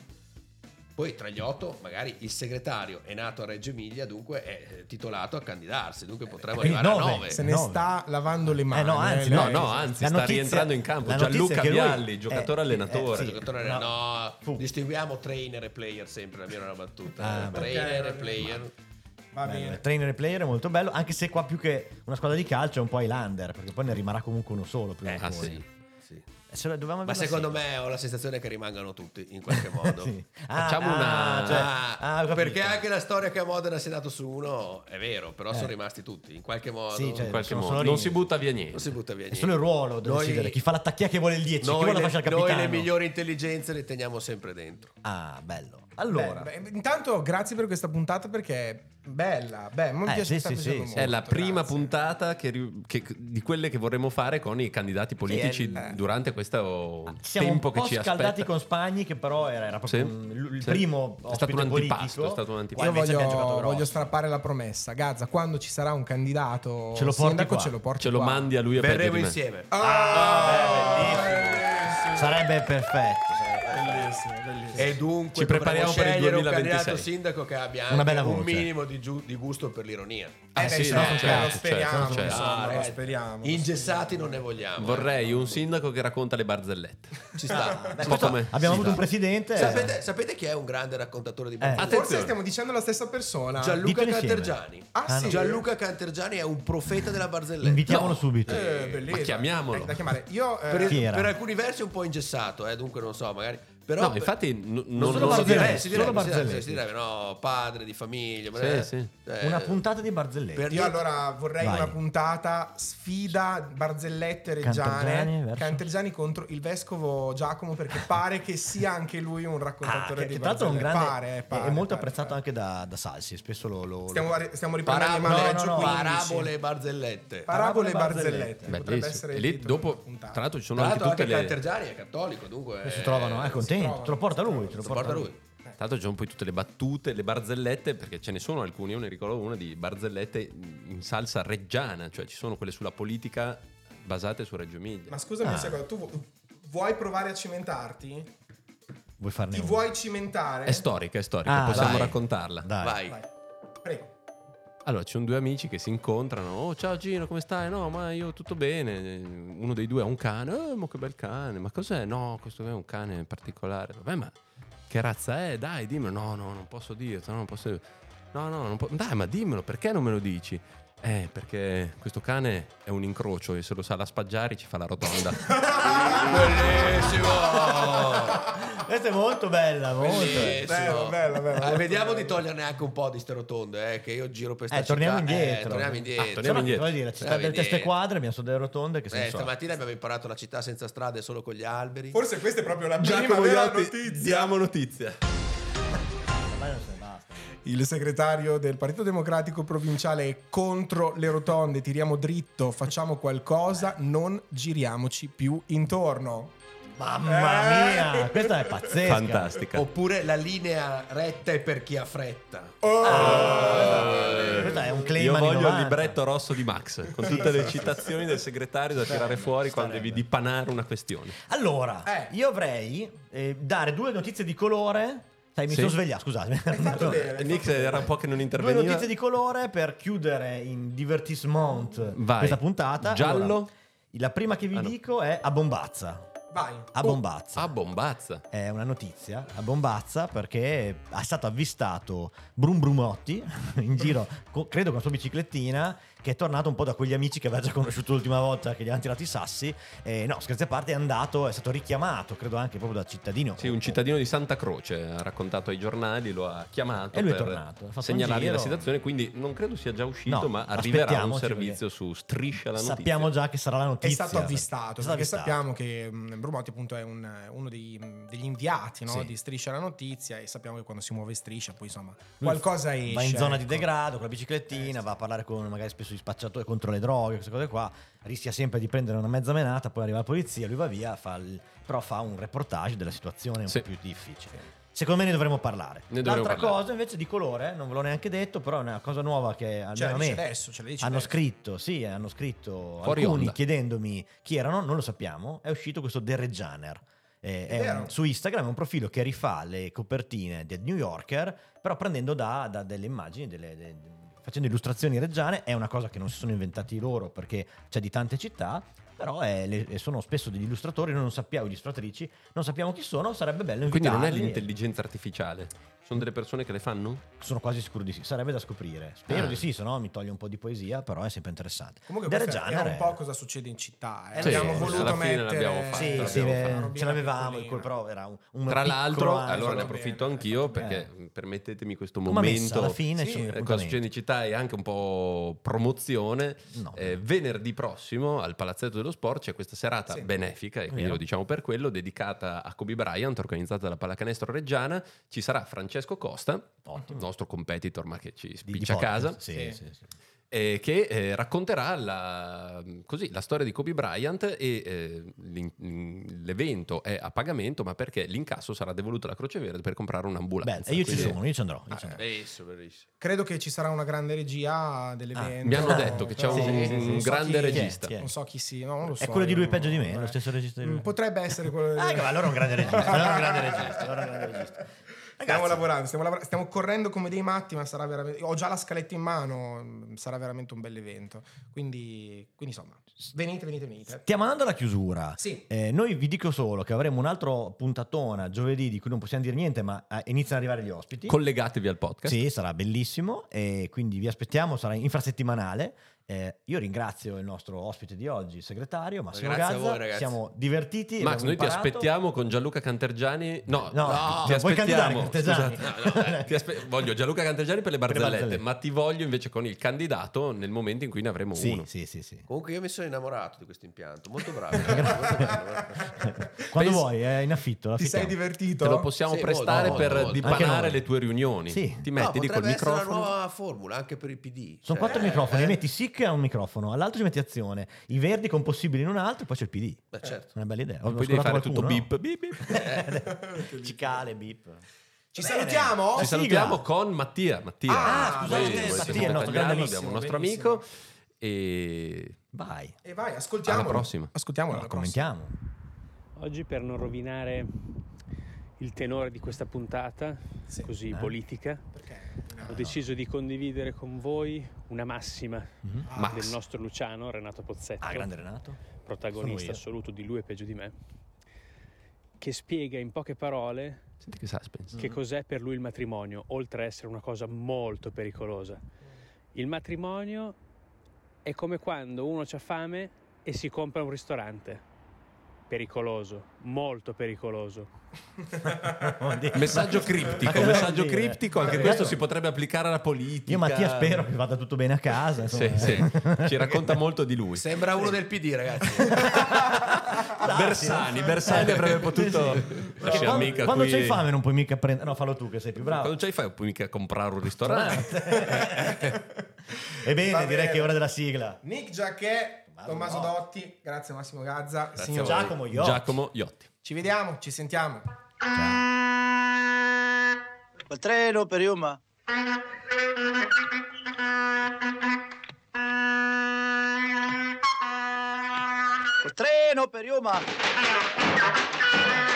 poi tra gli otto, magari il segretario è nato a Reggio Emilia, dunque è eh, titolato a candidarsi. Dunque potremmo Eh, quindi arrivare nove, a nove. Se ne Nove. sta lavando le mani. Eh, no, anzi, eh, No, lei. no, anzi, La sta notizia- rientrando in campo. la notizia Gianluca è che lui- Bialli, giocatore eh, allenatore. eh, sì. Giocatore- No. no, Fu. distinguiamo trainer e player sempre, la mia era una battuta. Ah, beh. trainer Ok, e player. Va Bello, bene. il eh, Trainer e player è molto bello, anche se qua più che una squadra di calcio è un po' Highlander, perché poi ne rimarrà comunque uno solo prima Eh, o ah, poi. sì. Sì. Eh, se lo- dovevamo Ma averla secondo sempre. me ho la sensazione che rimangano tutti in qualche modo. Sì. Facciamo una- cioè- Ah, ah, ho capito. perché anche la storia che a Modena si è dato su uno è vero, però Eh. sono rimasti tutti in qualche modo. Sì, cioè, In qualche Sono modo. solo Non lì. si butta via niente. Non si butta via È niente. solo il ruolo da decidere, chi fa l'attacchia che vuole il 10, chi noi vuole le- la faccia il noi capitano. le migliori intelligenze le teniamo sempre dentro. Ah, bello. Allora, Beh, beh, intanto grazie per questa puntata perché è bella. Beh, mi Eh, piace sì, mi sta sì, piacendo sì, sì. molto, È la prima grazie. puntata che ri- che- di quelle che vorremmo fare con i candidati politici Sì, eh. Ah, durante questo siamo tempo un po' che ci scaldati aspetta. con Spagni, che però era, era proprio Sì, un- il sì. primo È stato un ospite antipasto, politico. è stato un Qua antipasto. Io invece abbiamo voglio, giocato grosso. voglio strappare la promessa. Gazza, quando ci sarà un candidato Ce lo porti sindaco, qua. ce lo porti Ce lo qua. mandi a lui e peggio Verremo di me. insieme. Ah, Ah, beh, bellissimo. Sarebbe perfetto. sarebbe- Bellissimo, Eh, bellissimo. E dunque Ci prepariamo dovremo per il scegliere un 2026. candidato sindaco che abbia Una anche bella un voce. minimo di, giu- di gusto per l'ironia. Eh, Ah, beh, sì, sì, no, no, certo, lo certo, speriamo, certo. insomma, Ah, lo ragazzi, speriamo. Ingessati non ne vogliamo. eh. Vorrei un sindaco che racconta le barzellette. Ci sta. Beh, Un po' questo- come- abbiamo Sì, avuto un va. presidente. sapete, sapete chi è un grande raccontatore di battute? Forse Attenzione. stiamo dicendo la stessa persona. Eh. Gianluca Ah, Ditelo insieme. Cantergiani. Ah, Ah, sì. no. Gianluca Cantergiani è un profeta della barzelletta. Invitiamolo No. subito. Eh, bellissimo. Ma chiamiamolo. Eh, da chiamare. Io eh, Per, Chi era? per alcuni versi è un po' ingessato, eh, dunque non so, magari. Però No, infatti n- non, non solo non lo Cioè, si barzellette, direbbe, direi. si solo direbbe, si direbbe, barzellette. si direbbe, no, padre di famiglia. Sì, eh, sì. eh, Una puntata di Ah, barzellette. per- Io allora vorrei Vai. una puntata sfida barzellette reggiane Cantergiani verso- Cantergiani contro il vescovo Giacomo perché pare che sia anche lui un Ah, raccontatore che, di che tra l'altro è un barzellette grande Pare, eh, è- pare, è molto pare, apprezzato pare. anche da, da Salsi spesso lo, lo- lo- stiamo, stiamo riparando di Parabole, Maneggio no, no, quindi- parabole e barzellette. Tra parabole Parabole e barzellette barzellette. Cioè, potrebbe Bellissimo. essere E il lì titolo dopo, della puntata. tra l'altro, ci sono anche l'altro tutte anche le. Tra Cantergiani è cattolico, dunque. si trovano, eh, contento. trovano, te lo porta si trovano, lui, te lo si porta porta lui. lui. l'altro, ci sono poi tutte le battute, le barzellette, perché ce ne sono alcune. Io ne ricordo una di barzellette in salsa reggiana, cioè ci sono quelle sulla politica basate su Reggio Emilia. ma scusami un Ah. secondo tu vu- vuoi provare a cimentarti? Vuoi farne ti uno? vuoi cimentare? È storica, è storica, Ah, possiamo dai. raccontarla. Dai. Vai. Vai. prego Allora, ci sono due amici che si incontrano. Oh, ciao Gino, come stai? No, ma io tutto bene. Uno dei due ha un cane. Eh, ma che bel cane. Ma cos'è? No, questo è un cane particolare. Vabbè, ma che razza è? Dai, dimmelo. No, no, non posso dirtelo. Non posso... No, no, non po- Dai, ma dimmelo. Perché non me lo dici? Eh, perché questo cane è un incrocio e se lo sa la spaggiari ci fa la rotonda. Bellissimo! Questa è molto bella, molto bella. Bellissimo. Bello, bello, bello. Eh, vediamo di toglierne anche un po' di ste rotonde, eh, che io giro per sta Eh, torniamo città. indietro. Eh, torniamo indietro. Ah, torniamo Sennò che, indietro. voglio dire, ci sta Torniamo delle teste indietro. quadre, abbiamo solo delle rotonde che Eh, senso ha? stamattina abbiamo imparato la città senza strade solo con gli alberi. forse questa è proprio la prima Giacomo vera Iotti, notizia diamo notizia. Ma non se ne basta. Il segretario del Partito Democratico provinciale è contro le rotonde, tiriamo dritto, facciamo qualcosa, non giriamoci più intorno. Mamma Eh. mia, questa è pazzesca. Fantastica. Oppure la linea retta è per chi ha fretta. Oh! Eh, Questa è un claim Io anni voglio 90. il libretto rosso di Max con tutte le citazioni del segretario da tirare fuori quando devi dipanare una questione. Allora, Eh. io avrei eh, dare due notizie di colore Sai, mi Sì. sono svegliato, scusatemi. fatto bene. Eh, Nix era un po' che non Due interveniva. notizie di colore per chiudere in divertissement Vai. questa puntata. Giallo? Allora, la prima che vi Ah, no. dico è a bombazza. Vai. A bombazza. Ah, bombazza. È una notizia a bombazza perché è stato avvistato Brum Brumotti in giro, co- credo con la sua biciclettina, che è tornato un po' da quegli amici che aveva già conosciuto l'ultima volta che gli hanno tirato i sassi. E no, scherzi a parte, è andato, è stato richiamato, credo anche proprio da cittadino. Sì, un cittadino di Santa Croce ha raccontato ai giornali, lo ha chiamato E lui è per tornato, ha fatto un segnalargli giro. la situazione, quindi non credo sia già uscito, No, ma arriverà un aspettiamoci, servizio perché su Striscia la notizia. Sappiamo già che sarà la È notizia. stato avvistato, È stato perché avvistato. sappiamo che mh, Brumotti appunto è un- eh, uno dei- mm, degli inviati no, Sì. di Striscia la Notizia e sappiamo che quando si muove Striscia poi insomma Lui qualcosa esce. Mm. Va in zona di ecco. Esatto. degrado con la biciclettina, va a parlare con magari spesso gli spacciatori contro le droghe, queste cose qua. Rischia sempre di prendere una mezza menata, poi arriva la polizia, lui va via, fa il- però fa un reportage della situazione un Sì. po' più difficile. Secondo me ne dovremmo parlare. Ne dovremmo L'altra parlare. cosa invece di colore, non ve l'ho neanche detto, però è una cosa nuova che Ce la almeno a dici me Cioè, adesso, ce la dici hanno adesso. scritto, sì, hanno scritto Fuori alcuni onda. chiedendomi chi erano, non lo sappiamo, è uscito questo The Reggianer. Eh, è vero. un- su Instagram è un profilo che rifà le copertine del New Yorker, però prendendo da, da delle immagini, delle- de- facendo illustrazioni reggiane, è una cosa che non si sono inventati loro perché c'è di tante città, però è- le- e sono spesso degli illustratori, noi non sappiamo, illustratrici, non sappiamo chi sono, sarebbe bello Quindi non è invitarli. l'intelligenza artificiale, sono delle persone che le fanno? Sono quasi sicuro di sì, sarebbe da scoprire. Spero Ah. di sì, se no mi toglie un po' di poesia, però è sempre interessante. Comunque The questo è Reggianer un è- po' cosa succede in città. eh. Sì, abbiamo sì, voluto alla fine l'abbiamo mettere fatta, Sì, l'abbiamo sì, fatta. eh, Robina ce l'avevamo, il piccolina. col però era un, un Tra piccolo l'altro, angolo. allora ne bene, approfitto hai anch'io fatto perché bene. mh, permettetemi questo Come ha messo momento. alla fine Sì, sono gli eh, Eh, cosa appuntamenti. succede in città e anche un po' promozione. No. Eh, venerdì prossimo al Palazzetto dello Sport c'è questa serata Sì. benefica, e quindi Vero. lo diciamo per quello, dedicata a Kobe Bryant, organizzata dalla Pallacanestro Reggiana. Ci sarà Francesco Costa, Ottimo. nostro competitor ma che ci Di- spiccia di a podcast, casa, Sì, Sì. sì, sì. eh, che eh, racconterà la, così, la storia di Kobe Bryant e eh, l'in- l'in- l'evento è a pagamento ma perché l'incasso sarà devoluto alla Croce Verde per comprare un'ambulanza. Bello, e io ci Quindi- sono, io ci andrò. Ah, io ci eh, andrò. Bellissimo, bellissimo. Credo che ci sarà una grande regia dell'evento. Ah, mi hanno detto che c'è però un- non un grande chi- regista. Non so chi sia, no, non lo so. È quello di lui io- peggio di me, eh. lo stesso regista di lui. Mm, Potrebbe essere quello di Ah, ecco, allora è un grande regista, allora è un grande regista, allora è un grande regista. Stiamo Ragazzi. lavorando, stiamo lavorando, stiamo correndo come dei matti, ma sarà veramente. Ho già la scaletta in mano, mm, sarà veramente un bel evento. Quindi, quindi insomma, venite, venite, eh. venite. Stiamo andando alla chiusura. Sì. Eh, noi vi dico solo che avremo un altro puntatona giovedì di cui non possiamo dire niente, ma eh, iniziano ad arrivare gli ospiti. Collegatevi al podcast. Sì, sarà bellissimo e quindi vi aspettiamo, sarà infrasettimanale. Eh, io ringrazio il nostro ospite di oggi, il segretario Massimo Grazie a voi, Gazza. ragazzi. Siamo divertiti. Max, abbiamo noi ti imparato. aspettiamo con Gianluca Cantergiani. No, No, ti no, vuoi candidare, aspettiamo. Cantergiani? Scusate. No, no, eh, ti aspe- voglio Gianluca Cantergiani per le le barzellette, barzellette. ma ti voglio invece con il candidato nel momento in cui ne avremo Sì, uno. sì, sì, sì. Comunque io mi sono innamorato di questo impianto, molto bravo. molto bravo. Quando Pensi- vuoi, è in affitto. Ti sei l'affittiamo. divertito? Te lo possiamo Sì, prestare molto, per molto. Anche dipanare noi. le tue riunioni. Sì. Ti metti no, lì col potrebbe essere microfono. una nuova formula anche per il PD. Sono cioè, quattro microfoni, eh, metti SIC a un microfono, all'altro ci metti azione, i verdi comprensibili in un altro e poi c'è il PD. Beh, certo. Una bella idea. Ho Poi devi scordato fare qualcuno, tutto no? Eh, bip, bip, bip. Cicale, bip. Ci Bene. salutiamo? La Ci sigla. salutiamo con Mattia. Mattia. eh, Ah, Noi- scusate, noi Mattia, il siamo nostro italiani, grandissimo, abbiamo un nostro bellissimo. amico. E Vai, E vai, ascoltiamo. Alla prossima. Ascoltiamo. la commentiamo. Oggi per non rovinare il tenore di questa puntata, Sì. così Eh. politica, Perché? ho deciso di condividere con voi una massima Mhm. Ah, Max. del nostro Luciano Renato Pozzetto, Ah, grande Renato. sono io. protagonista assoluto di Lui è peggio di me, che spiega in poche parole senti che suspense. che cos'è per lui il matrimonio, oltre a essere una cosa molto pericolosa. Il matrimonio è come quando uno ha fame e si compra un ristorante. Pericoloso, molto pericoloso. Messaggio Ma criptico, cosa messaggio vuol dire? criptico, anche Vabbè, questo io- si potrebbe applicare alla politica. Io Mattia spero che vada tutto bene a casa. Sì, insomma. sì, ci racconta molto di lui. Sembra uno del PD, ragazzi. Bersani, Eh, Bersani avrebbe potuto... Perché Lasciamo quando, mica quando qui- c'hai fame non puoi mica prendere... No, fallo tu che sei più bravo. Quando c'hai fai puoi mica comprare un ristorante. Ebbene, Va direi bene. che è ora della sigla. Nick Giacchè, Tommaso Tommaso Dotti. Dotti, grazie Massimo Gazza. Grazie signor a voi. Giacomo. Giacomo Iotti. Giacomo Iotti. Ci vediamo, ci sentiamo. Col treno per Yuma. Col treno per Yuma.